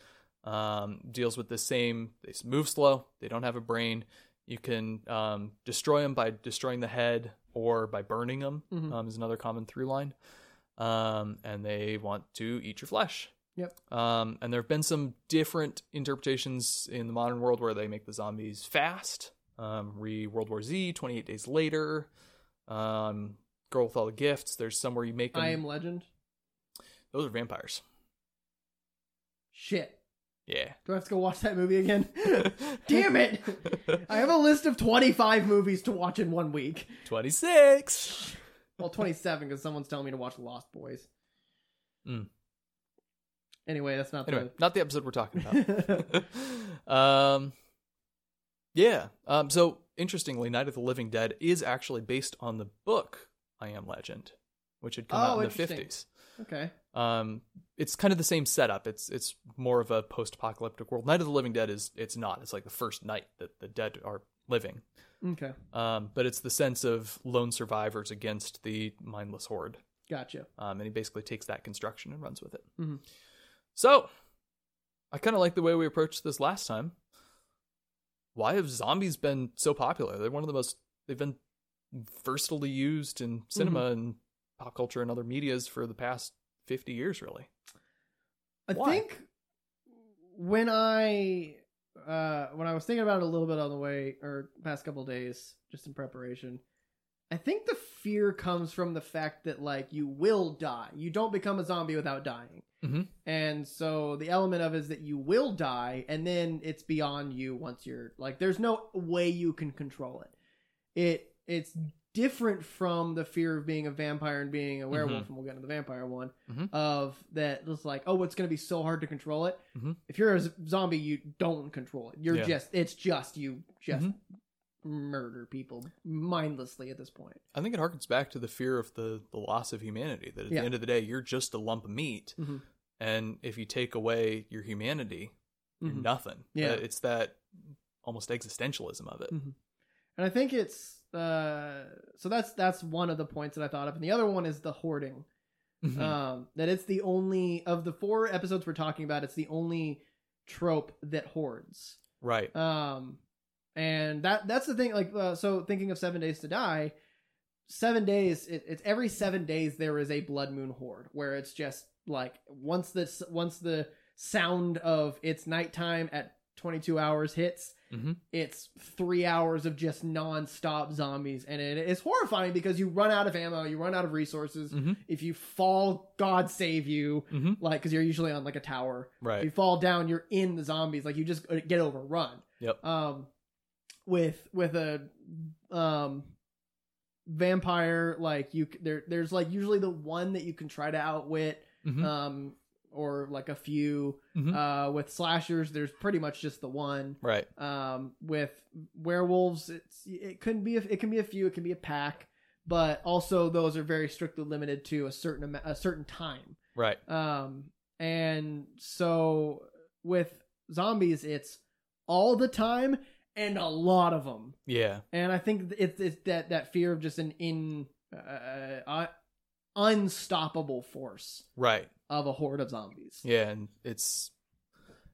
Speaker 2: um, deals with the same. They move slow. They don't have a brain. You can um, destroy them by destroying the head or by burning them.
Speaker 1: Mhm.
Speaker 2: Um, is another common through line. Um, and they want to eat your flesh.
Speaker 1: Yep.
Speaker 2: Um, and there have been some different interpretations in the modern world where they make the zombies fast. Um, re World War Z, 28 Days Later, um, Girl with All the Gifts. There's somewhere you make them.
Speaker 1: I am legend.
Speaker 2: Those are vampires.
Speaker 1: Shit.
Speaker 2: Yeah.
Speaker 1: Do I have to go watch that movie again? *laughs* Damn it.
Speaker 2: *laughs*
Speaker 1: I have a list of 25 movies to watch in one week. *laughs*
Speaker 2: 26.
Speaker 1: Well, 27 because someone's telling me to watch Lost Boys.
Speaker 2: Mm.
Speaker 1: Anyway, that's not
Speaker 2: Anyway, Oh.
Speaker 1: the.
Speaker 2: not the episode we're talking
Speaker 1: *laughs*
Speaker 2: about. um, yeah. Um, so interestingly, Night of the Living Dead is actually based on the book I Am Legend, which had come
Speaker 1: Oh,
Speaker 2: out in the
Speaker 1: interesting.
Speaker 2: fifties.
Speaker 1: okay.
Speaker 2: Um, it's kind of the same setup. It's it's more of a post-apocalyptic world. Night of the Living Dead is it's not. It's like the first night that the dead are living.
Speaker 1: Okay.
Speaker 2: Um, but it's the sense of lone survivors against the mindless horde.
Speaker 1: Gotcha.
Speaker 2: Um, and he basically takes that construction and runs with it.
Speaker 1: Mhm.
Speaker 2: So, I kind of like the way we approached this last time. Why have zombies been so popular? They're one of the most, they've been versatily used in cinema
Speaker 1: Mm-hmm.
Speaker 2: and pop culture and other medias for the past 50 years, really.
Speaker 1: I
Speaker 2: Why?
Speaker 1: think when I uh, when I was thinking about it a little bit on the way or past couple days, just in preparation, I think the fear comes from the fact that like you will die. You don't become a zombie without dying,
Speaker 2: Mhm.
Speaker 1: and so the element of it is that you will die, and then it's beyond you once you're like there's no way you can control it. It it's different from the fear of being a vampire and being a werewolf, and we'll get into the vampire one of that was like, oh, it's going to be so hard to control it.
Speaker 2: Mhm.
Speaker 1: If you're a z- zombie, you don't control it. You're
Speaker 2: Yeah.
Speaker 1: just, it's just you just murder people mindlessly at this point.
Speaker 2: I think it harkens back to the fear of the, the loss of humanity, that at
Speaker 1: Yeah.
Speaker 2: the end of the day, you're just a lump of meat.
Speaker 1: Mhm.
Speaker 2: And if you take away your humanity, you're
Speaker 1: Mhm.
Speaker 2: nothing.
Speaker 1: Yeah.
Speaker 2: Uh, It's that almost existentialism of it.
Speaker 1: Mhm. And I think it's, uh, so that's that's one of the points that I thought of, and the other one is the hoarding.
Speaker 2: Mhm.
Speaker 1: Um, that it's the only of the four episodes we're talking about, it's the only trope that hoards.
Speaker 2: right.
Speaker 1: Um, and that that's the thing. Like, uh, so thinking of Seven Days to Die, seven days. It, it's every seven days there is a blood moon horde where it's just like once this once the sound of it's nighttime at twenty two hours hits.
Speaker 2: Mhm.
Speaker 1: It's three hours of just nonstop zombies, and it is horrifying because you run out of ammo, you run out of resources.
Speaker 2: Mhm.
Speaker 1: If you fall, God save you,
Speaker 2: Mhm.
Speaker 1: like because you're usually on like a tower. If you
Speaker 2: Right.
Speaker 1: fall down, you're in the zombies. Like you just uh, get overrun.
Speaker 2: Yep.
Speaker 1: Um, with with a um vampire, like you c- there there's like usually the one that you can try to outwit.
Speaker 2: Mhm.
Speaker 1: Um, or like a few.
Speaker 2: Mhm.
Speaker 1: Uh, with slashers, there's pretty much just the one.
Speaker 2: right.
Speaker 1: Um, with werewolves, it's it can be a, it can be a few, it can be a pack, but also those are very strictly limited to a certain amount, a certain time.
Speaker 2: Right.
Speaker 1: Um, and so with zombies, it's all the time and a lot of them.
Speaker 2: Yeah.
Speaker 1: And I think it's, it's that that fear of just an in uh, uh, unstoppable force
Speaker 2: Right.
Speaker 1: of a horde of zombies.
Speaker 2: Yeah, and it's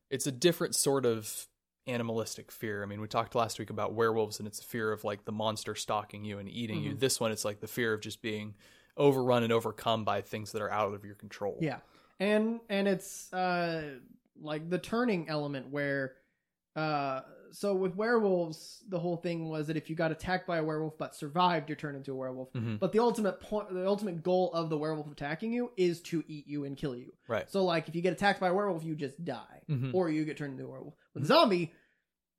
Speaker 2: it's a different sort of animalistic fear. I mean, we talked last week about werewolves and it's the fear of like the monster stalking you and eating you.
Speaker 1: Mhm.
Speaker 2: This one it's like the fear of just being overrun and overcome by things that are out of your control.
Speaker 1: Yeah. and and it's uh like the turning element where uh so with werewolves, the whole thing was that if you got attacked by a werewolf but survived, you're turned into a werewolf.
Speaker 2: Mhm.
Speaker 1: But the ultimate point, the ultimate goal of the werewolf attacking you is to eat you and kill you.
Speaker 2: Right.
Speaker 1: So like, if you get attacked by a werewolf, you just die,
Speaker 2: Mhm.
Speaker 1: or you get turned into a werewolf. With
Speaker 2: Hmm.
Speaker 1: a zombie,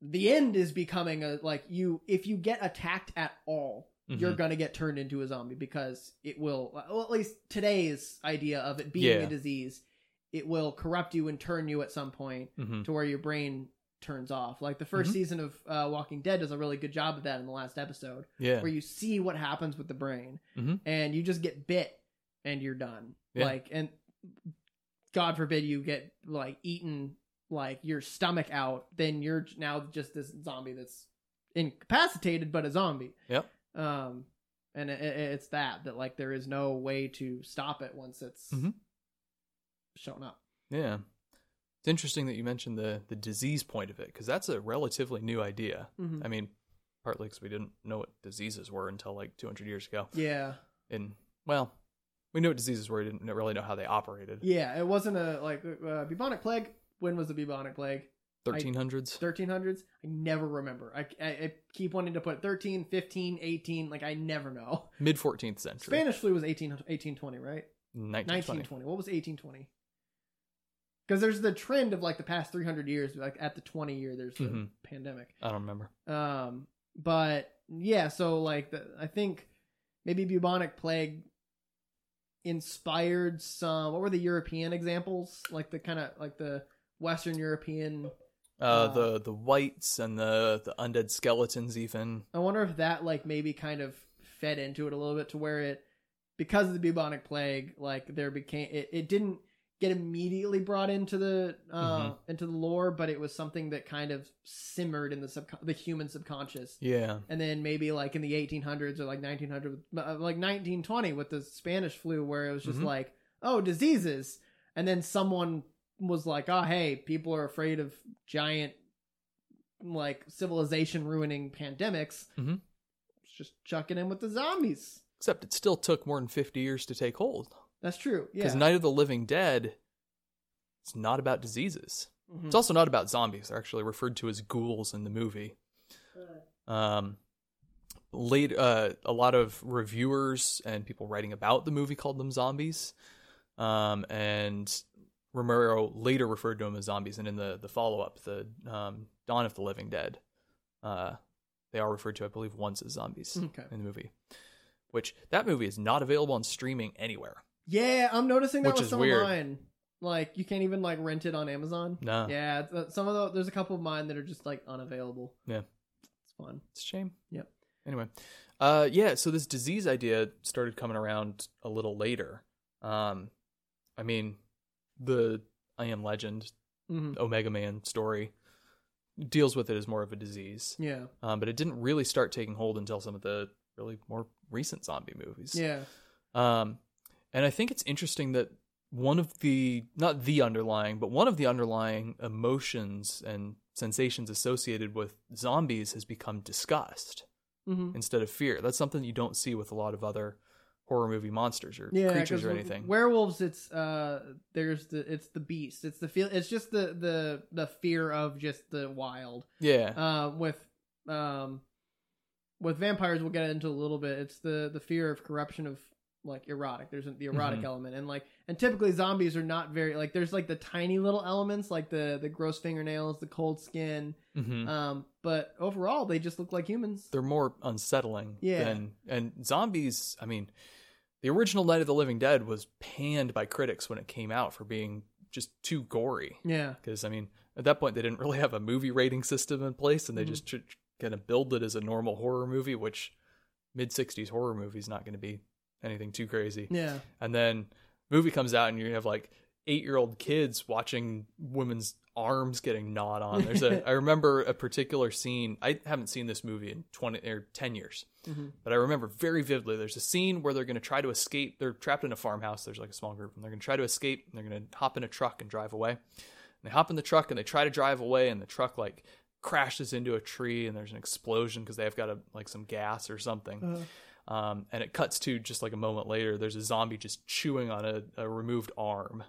Speaker 1: the end is becoming a like you. If you get attacked at all,
Speaker 2: Mm-hmm.
Speaker 1: you're gonna get turned into a zombie because it will. Well, at least today's idea of it being
Speaker 2: Yeah.
Speaker 1: a disease, it will corrupt you and turn you at some point
Speaker 2: hmm
Speaker 1: to where your brain turns off. Like the 1st
Speaker 2: Mhm.
Speaker 1: season of uh, Walking Dead does a really good job of that in the last episode,
Speaker 2: Yeah.
Speaker 1: where you see what happens with the brain,
Speaker 2: Mhm.
Speaker 1: and you just get bit and you're done.
Speaker 2: Yeah.
Speaker 1: Like, and God forbid you get like eaten, like your stomach out, then you're j- now just this zombie that's incapacitated, but a zombie.
Speaker 2: Yep.
Speaker 1: Um, and it, it- it's that that like there is no way to stop it once it's
Speaker 2: Mhm.
Speaker 1: shown up.
Speaker 2: Yeah. It's interesting that you mentioned the the disease point of it because that's a relatively new idea.
Speaker 1: Mhm.
Speaker 2: I mean, partly because we didn't know what diseases were until like 200 years ago.
Speaker 1: Yeah.
Speaker 2: And well, we knew what diseases were, we didn't really know how they operated.
Speaker 1: Yeah, it wasn't a like uh, bubonic plague. When was the bubonic plague?
Speaker 2: 1300s.
Speaker 1: 1300s? I never remember. I, I, I keep wanting to put 13, 15, 18. Like, I never know.
Speaker 2: Mid 14th century.
Speaker 1: Spanish flu was 18, 1820, right?
Speaker 2: 1920.
Speaker 1: 1920. What was 1820? Because there's the trend of like the past 300 years, like at the 20 year, there's the
Speaker 2: Mhm.
Speaker 1: pandemic.
Speaker 2: I don't remember.
Speaker 1: Um, but yeah, so like the, I think maybe bubonic plague inspired some. What were the European examples? Like the kind of like the Western European.
Speaker 2: Uh,
Speaker 1: Uh,
Speaker 2: the the whites and the the undead skeletons even.
Speaker 1: I wonder if that like maybe kind of fed into it a little bit to where it because of the bubonic plague, like there became it, it didn't get immediately brought into the uh into the lore, but it was something that kind of simmered in the sub the human subconscious.
Speaker 2: Yeah.
Speaker 1: and then maybe like in the 1800s or like 1900 uh, like 1920 with the spanish flu where it was just
Speaker 2: Mhm.
Speaker 1: like oh diseases and then someone was like oh hey people are afraid of giant like civilization ruining pandemics
Speaker 2: Mhm.
Speaker 1: let's just chuck it in with the zombies
Speaker 2: Except it still took more than 50 years to take hold.
Speaker 1: that's true yeah
Speaker 2: Because Night of the Living Dead, it's not about diseases.
Speaker 1: Mhm.
Speaker 2: It's also not about zombies. They're actually referred to as ghouls in the movie. Um, late, uh, a lot of reviewers and people writing about the movie called them zombies. Um, and Romero later referred to them as zombies. And in the, the follow up, the um, Dawn of the Living Dead, uh, they are referred to, I believe, once as zombies
Speaker 1: Okay.
Speaker 2: in the movie. Which that movie is not available on streaming anywhere.
Speaker 1: yeah i'm noticing that
Speaker 2: Which
Speaker 1: with
Speaker 2: is
Speaker 1: some
Speaker 2: weird.
Speaker 1: of mine like you can't even like rent it on amazon
Speaker 2: No,
Speaker 1: yeah it's, uh, some of the there's a couple of mine that are just like unavailable
Speaker 2: Yeah.
Speaker 1: it's fun
Speaker 2: It's a shame.
Speaker 1: Yep.
Speaker 2: Anyway, uh, yeah. So this disease idea started coming around a little later. Um, I mean, the I Am Legend
Speaker 1: hmm
Speaker 2: Omega Man story deals with it as more of a disease,
Speaker 1: yeah
Speaker 2: um, but it didn't really start taking hold until some of the really more recent zombie movies.
Speaker 1: yeah
Speaker 2: Um, and I think it's interesting that one of the not the underlying, but one of the underlying emotions and sensations associated with zombies has become disgust
Speaker 1: mm-hmm.
Speaker 2: instead of fear. That's something you don't see with a lot of other horror movie monsters or
Speaker 1: yeah,
Speaker 2: creatures
Speaker 1: 'cause
Speaker 2: or
Speaker 1: with
Speaker 2: anything.
Speaker 1: Werewolves, it's uh, there's the it's the beast. It's the feel. It's just the the the fear of just the wild.
Speaker 2: yeah,
Speaker 1: Uh, with um, with vampires, we'll get into a little bit. It's the the fear of corruption of like erotic. There's the erotic
Speaker 2: Mhm.
Speaker 1: element, and like and typically zombies are not very like. There's like the tiny little elements, like the the gross fingernails, the cold skin.
Speaker 2: Mhm.
Speaker 1: Um, but overall, they just look like humans.
Speaker 2: they're more unsettling.
Speaker 1: Yeah.
Speaker 2: than, and zombies. I mean, the original Night of the Living Dead was panned by critics when it came out for being just too gory.
Speaker 1: Yeah,
Speaker 2: Because I mean, at that point, they didn't *laughs* really have a movie rating system in place, and they
Speaker 1: Mhm.
Speaker 2: just tr- kind of build it as a normal horror movie, which mid '60s horror movie is not going to be anything too crazy. *laughs*
Speaker 1: yeah,
Speaker 2: and then movie comes out and you have like eight year old kids watching women's arms getting gnawed on there's a i remember a particular scene i haven't seen this movie in 20 or 10 years
Speaker 1: Mhm.
Speaker 2: but i remember very vividly there's a scene where they're going to try to escape they're trapped in a farmhouse there's like a small group and they're going to try to escape and they're going to hop in a truck and drive away and they hop in the truck and they try to drive away and the truck like crashes into a tree and there's an explosion because they've got a, like some gas or something
Speaker 1: Uh,
Speaker 2: um, and it cuts to just like a moment later, there's a zombie just chewing on a, a removed arm.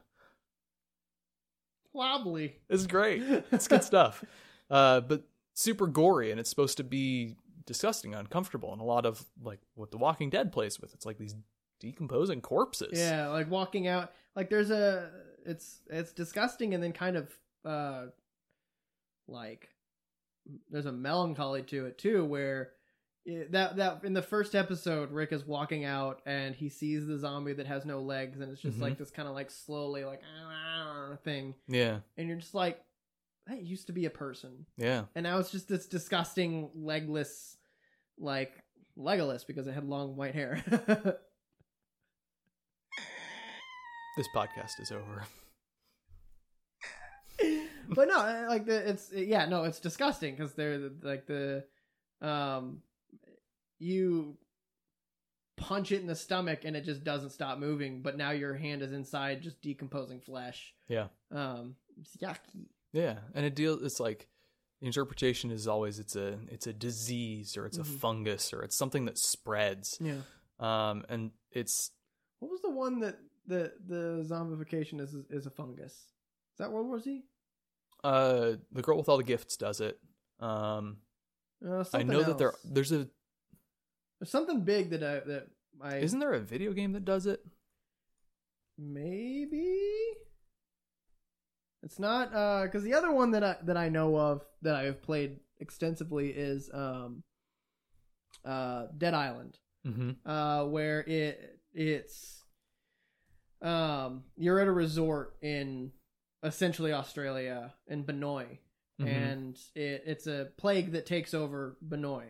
Speaker 1: probably. *laughs*
Speaker 2: It's great. It's good stuff. Uh, but super gory and it's supposed to be disgusting, uncomfortable, and a lot of like what The Walking Dead plays with. It's like these decomposing corpses.
Speaker 1: Yeah, like walking out like there's a it's it's disgusting and then kind of uh like there's a melancholy to it too where it, that that in the first episode Rick is walking out and he sees the zombie that has no legs and it's just
Speaker 2: Mhm.
Speaker 1: like this kind of like slowly like *laughs* "Ah," thing
Speaker 2: yeah,
Speaker 1: and you're just like that used to be a person
Speaker 2: yeah.
Speaker 1: and now it's just this disgusting legless like legolas because it had long white hair *laughs*
Speaker 2: This podcast is over. *laughs*
Speaker 1: but no, I- like the it's yeah, no, it's disgusting because they're the- like the um you punch it in the stomach and it just doesn't stop moving, but now your hand is inside just decomposing flesh.
Speaker 2: Yeah.
Speaker 1: Um it's yucky.
Speaker 2: Yeah, and it deal. It's like the interpretation is always it's a it's a disease or it's
Speaker 1: Mhm.
Speaker 2: a fungus or it's something that spreads.
Speaker 1: Yeah.
Speaker 2: Um, and it's
Speaker 1: What was the one that the the zombification is is a fungus? Is that World War Z?
Speaker 2: uh the girl with all the gifts does it. Um,
Speaker 1: Uh,
Speaker 2: I know that there
Speaker 1: else.
Speaker 2: there's a
Speaker 1: There's something big that I that I
Speaker 2: isn't there a video game that does it?
Speaker 1: Maybe it's not because the other one that I that I know of that I have played extensively is um, uh, Dead Island,
Speaker 2: Mm-hmm.
Speaker 1: uh, where it it's um, you're at a resort in essentially Australia in Benoi,
Speaker 2: Mm-hmm.
Speaker 1: and it, it's a plague that takes over Benoi,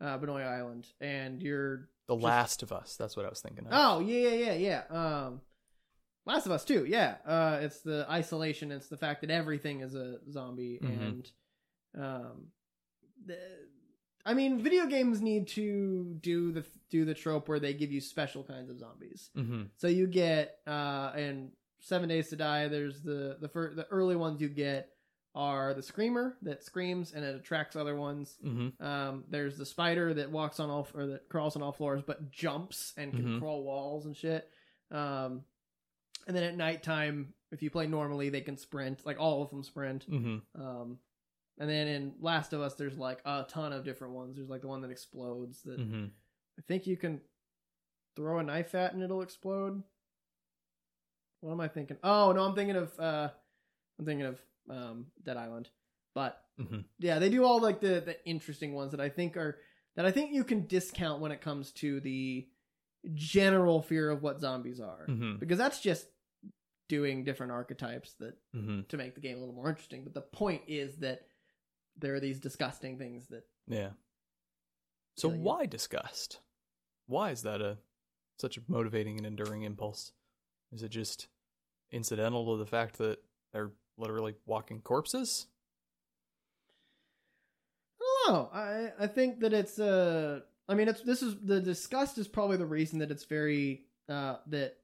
Speaker 1: uh, Benoi Island, and you're
Speaker 2: the
Speaker 1: just-
Speaker 2: Last of Us. That's what I was thinking. of.
Speaker 1: Oh yeah, yeah, yeah, yeah. Um, Last of Us too. Yeah. Uh, it's the isolation. It's the fact that everything is a zombie,
Speaker 2: Mhm.
Speaker 1: and um, the, I mean, video games need to do the do the trope where they give you special kinds of zombies.
Speaker 2: Mm-hmm.
Speaker 1: So you get uh, in Seven Days to Die. There's the the fir- the early ones you get are the screamer that screams and it attracts other ones.
Speaker 2: Mm-hmm.
Speaker 1: Um, there's the spider that walks on all or that crawls on all floors, but jumps and can
Speaker 2: Mhm.
Speaker 1: crawl walls and shit. Um, and then at nighttime, if you play normally, they can sprint. Like all of them sprint.
Speaker 2: Mm-hmm.
Speaker 1: Um, and then in Last of Us, there's like a ton of different ones. There's like the one that explodes. That
Speaker 2: Mm-hmm.
Speaker 1: I think you can throw a knife at and it'll explode. What am I thinking? Oh no, I'm thinking of uh, I'm thinking of um, Dead Island, but
Speaker 2: Mhm.
Speaker 1: yeah, they do all like the the interesting ones that I think are that I think you can discount when it comes to the general fear of what zombies are
Speaker 2: Mhm.
Speaker 1: because that's just doing different archetypes that
Speaker 2: Mm-hmm.
Speaker 1: to make the game a little more interesting. But the point is that there are these disgusting things that
Speaker 2: Yeah. So
Speaker 1: Kill you.
Speaker 2: why disgust? Why is that a such a motivating and enduring impulse? Is it just incidental to the fact that they're literally walking corpses?
Speaker 1: I don't know. I I think that it's uh I mean it's this is the disgust is probably the reason that it's very uh that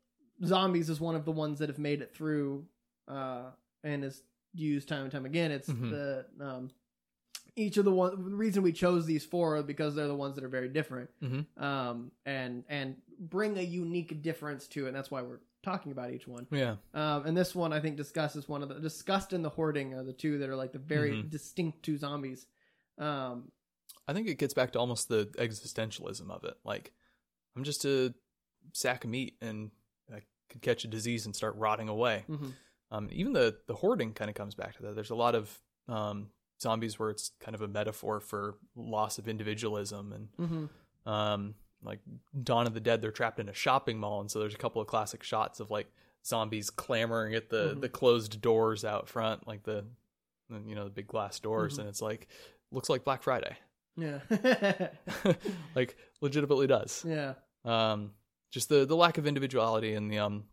Speaker 1: zombies is one of the ones that have made it through uh and is used time and time again. It's
Speaker 2: Mhm.
Speaker 1: the um each of the one the reason we chose these four are because they're the ones that are very different.
Speaker 2: Mhm.
Speaker 1: Um and and bring a unique difference to it and that's why we're talking about each one.
Speaker 2: Yeah.
Speaker 1: Um, and this one, I think, disgust is one of the disgust and the hoarding are the two that are like the very
Speaker 2: Mhm.
Speaker 1: distinct two zombies. Um,
Speaker 2: I think it gets back to almost the existentialism of it. Like, I'm just a sack of meat and I could catch a disease and start rotting away.
Speaker 1: mhm.
Speaker 2: Um, even the the hoarding kind of comes back to that. There's a lot of um, zombies where it's kind of a metaphor for loss of individualism and
Speaker 1: Mm-hmm.
Speaker 2: um, like Dawn of the Dead, they're trapped in a shopping mall, and so there's a couple of classic shots of like zombies clamoring at the
Speaker 1: Mhm.
Speaker 2: the closed doors out front, like the the, you know the big glass doors,
Speaker 1: Mhm.
Speaker 2: and it's like looks like Black Friday,
Speaker 1: Yeah. *laughs*
Speaker 2: *laughs* like legitimately does.
Speaker 1: yeah.
Speaker 2: Um, just the the lack of individuality and the um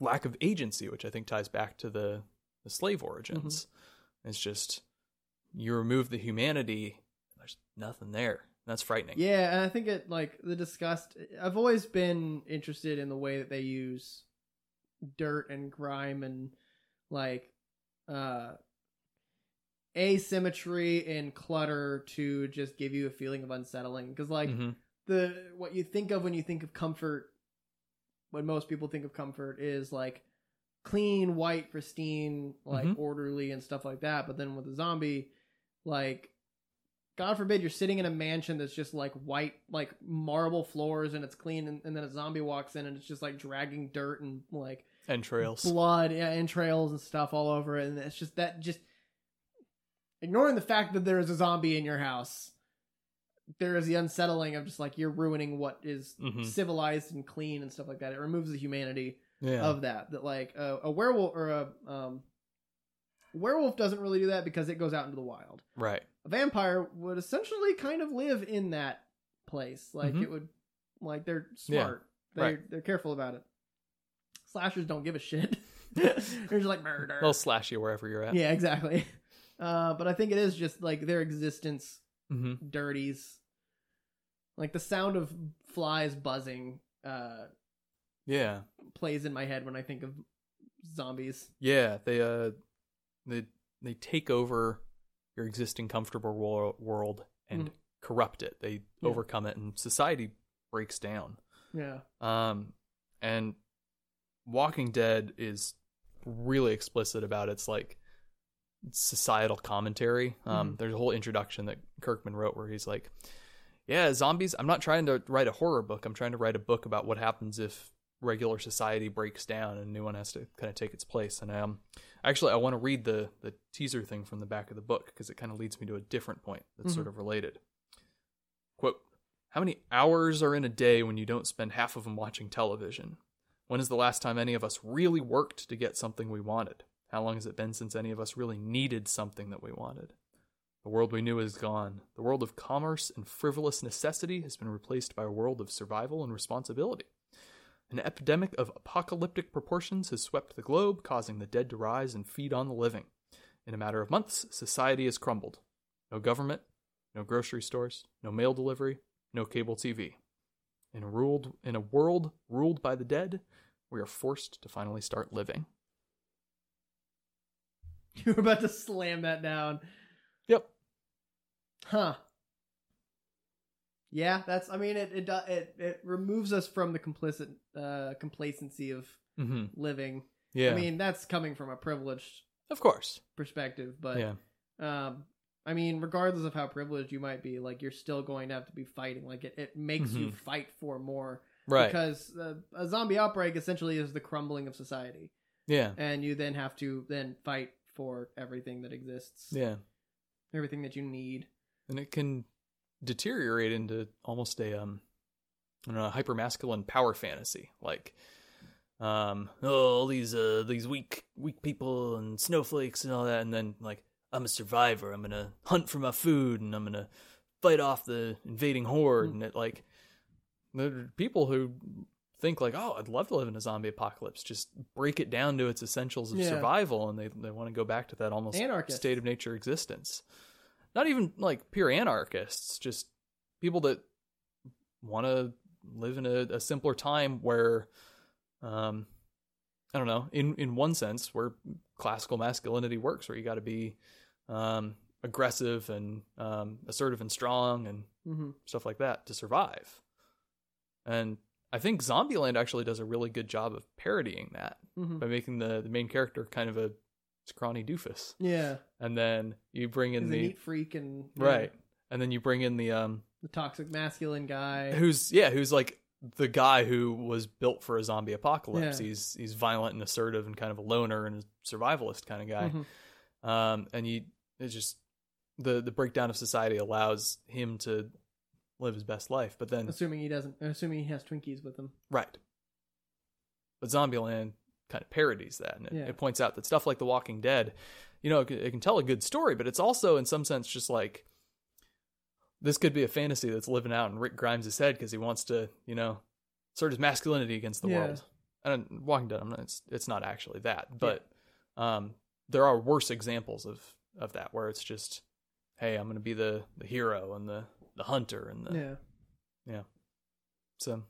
Speaker 2: lack of agency, which I think ties back to the the slave origins.
Speaker 1: Mm-hmm.
Speaker 2: It's just you remove the humanity, there's nothing there. That's frightening.
Speaker 1: Yeah. And I think it, like, the disgust, I've always been interested in the way that they use dirt and grime and, like, uh, asymmetry and clutter to just give you a feeling of unsettling. Cause, like,
Speaker 2: Mhm.
Speaker 1: the what you think of when you think of comfort when most people think of comfort is like clean white pristine like
Speaker 2: Mhm.
Speaker 1: orderly and stuff like that but then with a zombie like God forbid you're sitting in a mansion that's just like white, like marble floors and it's clean, and, and then a zombie walks in and it's just like dragging dirt and like
Speaker 2: entrails.
Speaker 1: blood, yeah, entrails and stuff all over it. And it's just that, just ignoring the fact that there is a zombie in your house, there is the unsettling of just like you're ruining what is
Speaker 2: Mhm.
Speaker 1: civilized and clean and stuff like that. It removes the humanity
Speaker 2: Yeah.
Speaker 1: of that. That like a, a werewolf or a um, werewolf doesn't really do that because it goes out into the wild
Speaker 2: right.
Speaker 1: a vampire would essentially kind of live in that place. Like
Speaker 2: Mhm.
Speaker 1: it would, like they're
Speaker 2: Yeah,
Speaker 1: smart. They
Speaker 2: right.
Speaker 1: they're careful about it. Slashers don't give a
Speaker 2: *laughs*
Speaker 1: shit. they're just like murder.
Speaker 2: They'll slash you wherever you're at.
Speaker 1: yeah, exactly. *laughs* Uh, but I think it is just like their existence
Speaker 2: hmm
Speaker 1: dirties, like the sound of flies buzzing uh,
Speaker 2: Yeah.
Speaker 1: plays in my head when I think of zombies.
Speaker 2: Yeah. They uh, they they take over your existing comfortable wor- world and
Speaker 1: Mhm.
Speaker 2: corrupt it. They
Speaker 1: Yeah.
Speaker 2: overcome it, and society breaks down.
Speaker 1: Yeah,
Speaker 2: Um, and Walking Dead is really explicit about its like societal commentary. Um, there's a whole introduction that Kirkman wrote where he's like, "Yeah, zombies. I'm not trying to write a horror book. I'm trying to write a book about what happens if regular society breaks down and a new one has to kind of take its place." And um, actually, I want to read the the teaser thing from the back of the book because it kind of leads me to a different point that's sort of related. Quote. How many hours are in a day when you don't spend half of them watching television? When is the last time any of us really worked to get something we wanted? How long has it been since any of us really needed something that we wanted? The world we knew is gone. The world of commerce and frivolous necessity has been replaced by a world of survival and responsibility. An epidemic of apocalyptic proportions has swept the globe, causing the dead to rise and feed on the living. In a matter of months, society has crumbled. No government, no grocery stores, no mail delivery, no cable TV. In a ruled in a world ruled by the dead, we are forced to finally start living.
Speaker 1: *laughs* you were about to slam that down.
Speaker 2: Yep.
Speaker 1: Huh. Yeah, that's. I mean, it it do- it, it removes us from the complicit uh, complacency of
Speaker 2: Mm-hmm.
Speaker 1: living.
Speaker 2: Yeah.
Speaker 1: I mean, that's coming from a privileged
Speaker 2: of course.
Speaker 1: perspective, but
Speaker 2: yeah.
Speaker 1: um, I mean, regardless of how privileged you might be, like you're still going to have to be fighting. Like it, it makes you fight for more
Speaker 2: Mm-hmm. Right.
Speaker 1: because uh, a zombie outbreak essentially is the crumbling of society,
Speaker 2: yeah.
Speaker 1: and you then have to then fight for everything that exists,
Speaker 2: Yeah.
Speaker 1: everything that you need.
Speaker 2: And it can deteriorate into almost a um I don't know, hyper masculine power fantasy. Like um oh, all these uh these weak weak people and snowflakes and all that and then like I'm a survivor. I'm going to hunt for my food and I'm going to fight off the invading horde and it like there are people who think like oh I'd love to live in a zombie apocalypse just break it down to its essentials of
Speaker 1: Yeah.
Speaker 2: survival and they they want to go back to that almost
Speaker 1: Anarchists.
Speaker 2: state of nature existence not even like pure anarchists, just people that want to live in a, a simpler time where, um, I don't know, in, in one sense, where classical masculinity works, where you got to be um, aggressive and um, assertive and strong and
Speaker 1: hmm
Speaker 2: stuff like that to survive. And I think Zombieland actually does a really good job of parodying that
Speaker 1: hmm
Speaker 2: by making the, the main character kind of a scrawny doofus.
Speaker 1: Yeah,
Speaker 2: And then you bring in
Speaker 1: he's
Speaker 2: the
Speaker 1: a neat freak and
Speaker 2: Right. And then you bring in the um
Speaker 1: the toxic masculine guy.
Speaker 2: who's yeah, who's like the guy who was built for a zombie apocalypse.
Speaker 1: Yeah.
Speaker 2: He's he's violent and assertive and kind of a loner and a survivalist kind of guy.
Speaker 1: Mhm.
Speaker 2: Um and you it's just the the breakdown of society allows him to live his best life. But then
Speaker 1: Assuming he doesn't, assuming he has Twinkies with him.
Speaker 2: Right. But Zombieland kind of parodies that, and it,
Speaker 1: Yeah.
Speaker 2: it points out that stuff like The Walking Dead, you know, it, can- it can tell a good story, but it's also in some sense just like this could be a fantasy that's living out in Rick Grimes' head because he wants to, you know, assert his masculinity against the
Speaker 1: Yeah.
Speaker 2: world. And Walking Dead, I'm not, it's it's not actually that, but um, there are worse examples of of that where it's just, hey, I'm going to be the the hero and the the hunter and the
Speaker 1: Yeah.
Speaker 2: so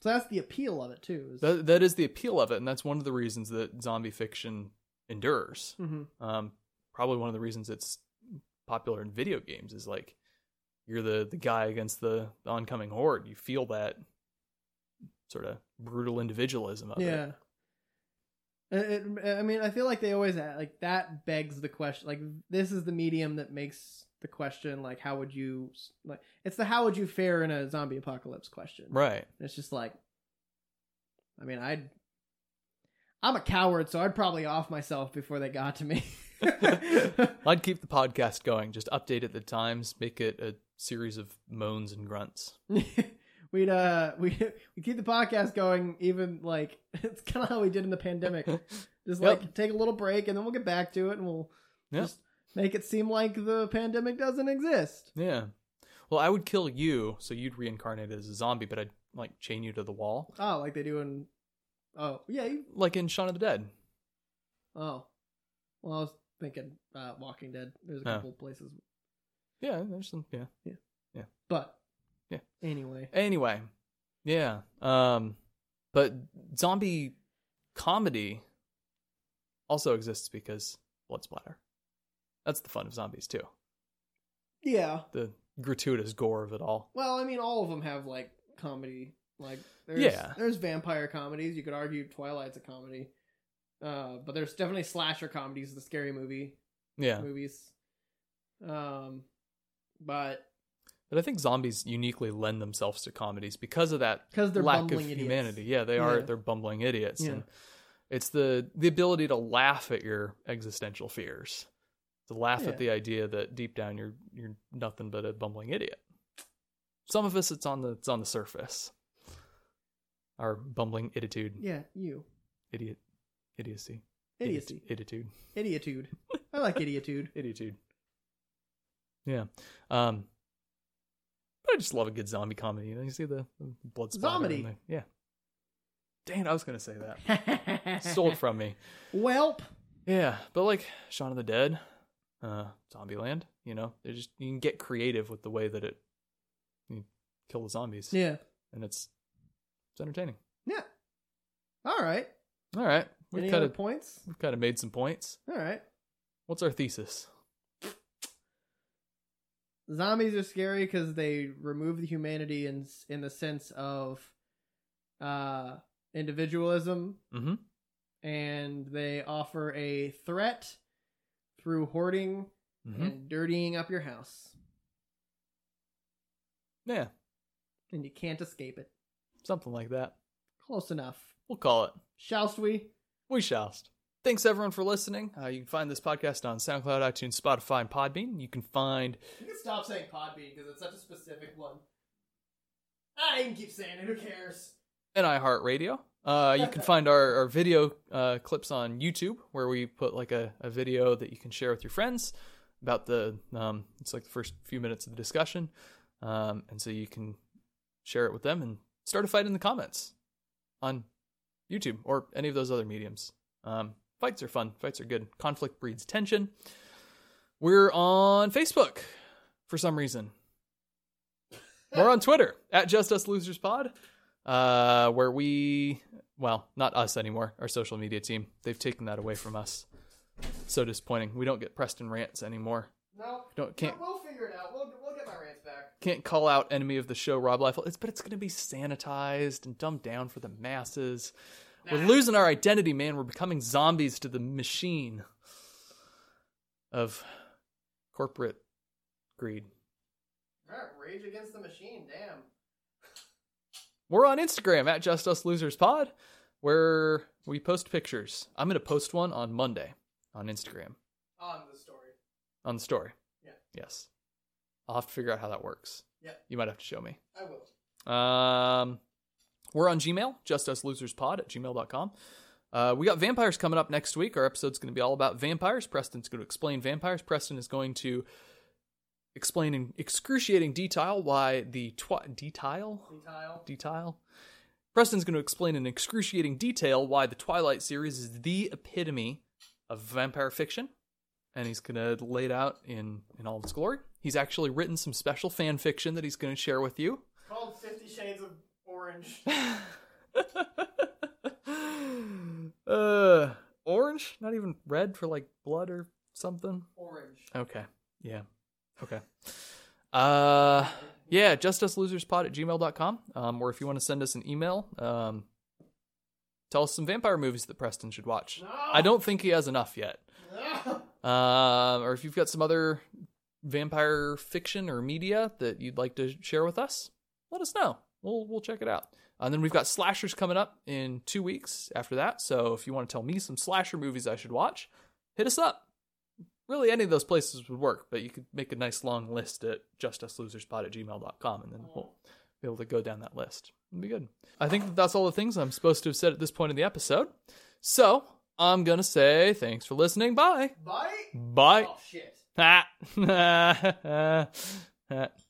Speaker 1: So that's the appeal of it too. Is,
Speaker 2: That that is the appeal of it, and that's one of the reasons that zombie fiction endures.
Speaker 1: Mhm.
Speaker 2: Um, probably one of the reasons it's popular in video games is like you're the the guy against the, the oncoming horde. You feel that sort of brutal individualism of
Speaker 1: Yeah.
Speaker 2: it.
Speaker 1: It, it- I mean, I feel like they always ask, like that begs the question. Like this is the medium that makes the question like how would you like it's the how would you fare in a zombie apocalypse question.
Speaker 2: Right.
Speaker 1: And It's just like, I mean, I'd, I'm a coward, so I'd probably off myself before they got to me. *laughs*
Speaker 2: I'd keep the podcast going. Just update it at the times. Make it a series of moans and grunts.
Speaker 1: we'd uh, we we keep the podcast going, even like *laughs* it's kind of how we did in the
Speaker 2: *laughs*
Speaker 1: pandemic. Just
Speaker 2: Yep.
Speaker 1: like take a little break, and then we'll get back to it, and we'll
Speaker 2: Yeah.
Speaker 1: just make it seem like the pandemic doesn't exist.
Speaker 2: Yeah. Well, I would kill you, so you'd reincarnate as a zombie, but I'd like chain you to the wall,
Speaker 1: Oh, like they do in, oh yeah, you,
Speaker 2: like in Shaun of the Dead.
Speaker 1: oh, well I was thinking uh, Walking Dead. There's a
Speaker 2: Oh.
Speaker 1: couple of places,
Speaker 2: Yeah, there's some. Yeah.
Speaker 1: but
Speaker 2: Yeah.
Speaker 1: anyway,
Speaker 2: Anyway, yeah. Um, but zombie comedy also exists because blood splatter. That's the fun of zombies too.
Speaker 1: yeah.
Speaker 2: The gratuitous gore of it all.
Speaker 1: Well, I mean, all of them have like comedy. Like, there's,
Speaker 2: Yeah.
Speaker 1: there's vampire comedies. You could argue Twilight's a comedy, uh, but there's definitely slasher comedies, the scary movie
Speaker 2: Yeah.
Speaker 1: movies. Um, but
Speaker 2: But I think zombies uniquely lend themselves to comedies because of that
Speaker 1: because they're
Speaker 2: lack of
Speaker 1: bumbling idiots.
Speaker 2: humanity. Yeah, they are.
Speaker 1: Yeah.
Speaker 2: They're bumbling idiots.
Speaker 1: Yeah.
Speaker 2: And it's the the ability to laugh at your existential fears, to laugh
Speaker 1: Yeah.
Speaker 2: at the idea that deep down you're you're nothing but a bumbling idiot. Some of us, it's on the it's on the surface. Our bumbling attitude,
Speaker 1: Yeah, you
Speaker 2: idiot, idiocy,
Speaker 1: idiocy,
Speaker 2: attitude,
Speaker 1: idiotude. I like
Speaker 2: *laughs*
Speaker 1: idiotude.
Speaker 2: attitude. Yeah, um, but I just love a good zombie comedy. You know, you see the, the blood splatter. and
Speaker 1: Zomedy.
Speaker 2: the- yeah. Dang, it, I was gonna say that. Stole it from me.
Speaker 1: *laughs* Welp.
Speaker 2: Yeah, but like Shaun of the Dead, uh, Zombieland, you know, they just you can get creative with the way that it you kill the zombies,
Speaker 1: Yeah.
Speaker 2: and it's it's entertaining.
Speaker 1: Yeah. All right.
Speaker 2: All right, we've
Speaker 1: Any
Speaker 2: kind
Speaker 1: other
Speaker 2: of
Speaker 1: points?
Speaker 2: we've kind of made some points.
Speaker 1: All right.
Speaker 2: What's our thesis?
Speaker 1: zombies are scary because they remove the humanity in in the sense of uh individualism
Speaker 2: Mm-hmm.
Speaker 1: and they offer a threat through hoarding
Speaker 2: mm-hmm.
Speaker 1: and dirtying up your house
Speaker 2: Mm-hmm. Yeah,
Speaker 1: and you can't escape it
Speaker 2: something like that.
Speaker 1: close enough
Speaker 2: We'll call it.
Speaker 1: shallst we
Speaker 2: We shall. Thanks everyone for listening. Uh, you can find this podcast on SoundCloud, iTunes, Spotify, and Podbean. You can find
Speaker 1: you can stop saying podbean because it's such a specific one i can keep saying it who cares
Speaker 2: and iHeartRadio. Uh, you can find our, our video uh, clips on YouTube where we put like a, a video that you can share with your friends about the um, it's like the first few minutes of the discussion, um, and so you can share it with them and start a fight in the comments on YouTube or any of those other mediums. Um, fights are fun. Fights are good. Conflict breeds tension. We're on Facebook for some reason. We're on Twitter at Just Us Losers Pod uh, where we, well, not us anymore, our social media team. They've taken that away from us. So disappointing. We don't get Preston rants anymore.
Speaker 1: no
Speaker 2: Don't can't
Speaker 1: we'll figure it out we'll, we'll get my rants back
Speaker 2: can't call out enemy of the show Rob Liefeld. It's but it's gonna be sanitized and dumbed down for the masses. We're losing our identity, man. We're becoming zombies to the machine of corporate greed.
Speaker 1: rage against the machine damn
Speaker 2: We're on Instagram at Just Us Losers Pod, where we post pictures. I'm going to post one on Monday on Instagram
Speaker 1: on the story
Speaker 2: on the story.
Speaker 1: Yeah.
Speaker 2: Yes. I'll have to figure out how that works.
Speaker 1: Yeah.
Speaker 2: You might have to show me.
Speaker 1: I will.
Speaker 2: Um, we're on Gmail, Just Us Losers Pod at gmail.com. Uh, we got vampires coming up next week. Our episode's going to be all about vampires. Preston's going to explain vampires. Preston is going to explain in excruciating detail why the twi- detail
Speaker 1: Detail.
Speaker 2: detail. Preston's going to explain in excruciating detail why the Twilight series is the epitome of vampire fiction, and he's going to lay it out in, in all of its glory. He's actually written some special fan fiction that he's going to share with you. *laughs*
Speaker 1: Called Fifty Shades of Orange.
Speaker 2: uh, orange? Not even red for like blood or something?
Speaker 1: *laughs* Orange.
Speaker 2: Okay. Yeah. Okay. Uh yeah, justuslosers pod at gmail.com. Um, or if you want to send us an email, um Tell us some vampire movies that Preston should watch. I
Speaker 1: *laughs*
Speaker 2: don't think he has enough yet. Um, or if you've got some other vampire fiction or media that you'd like to share with us, let us know. We'll we'll check it out. And then we've got slashers coming up in two weeks after that. So if you want to tell me some slasher movies I should watch, hit us up. Really, any of those places would work, but you could make a nice long list at justuslosespot at gmail.com, and then we'll be able to go down that list. It'd be good. I think that that's all the things I'm supposed to have said at this point in the episode. So I'm going to say thanks for
Speaker 1: Oh,
Speaker 2: listening. Bye. *laughs*
Speaker 1: Bite?
Speaker 2: Bye.
Speaker 1: shit.
Speaker 2: Ah.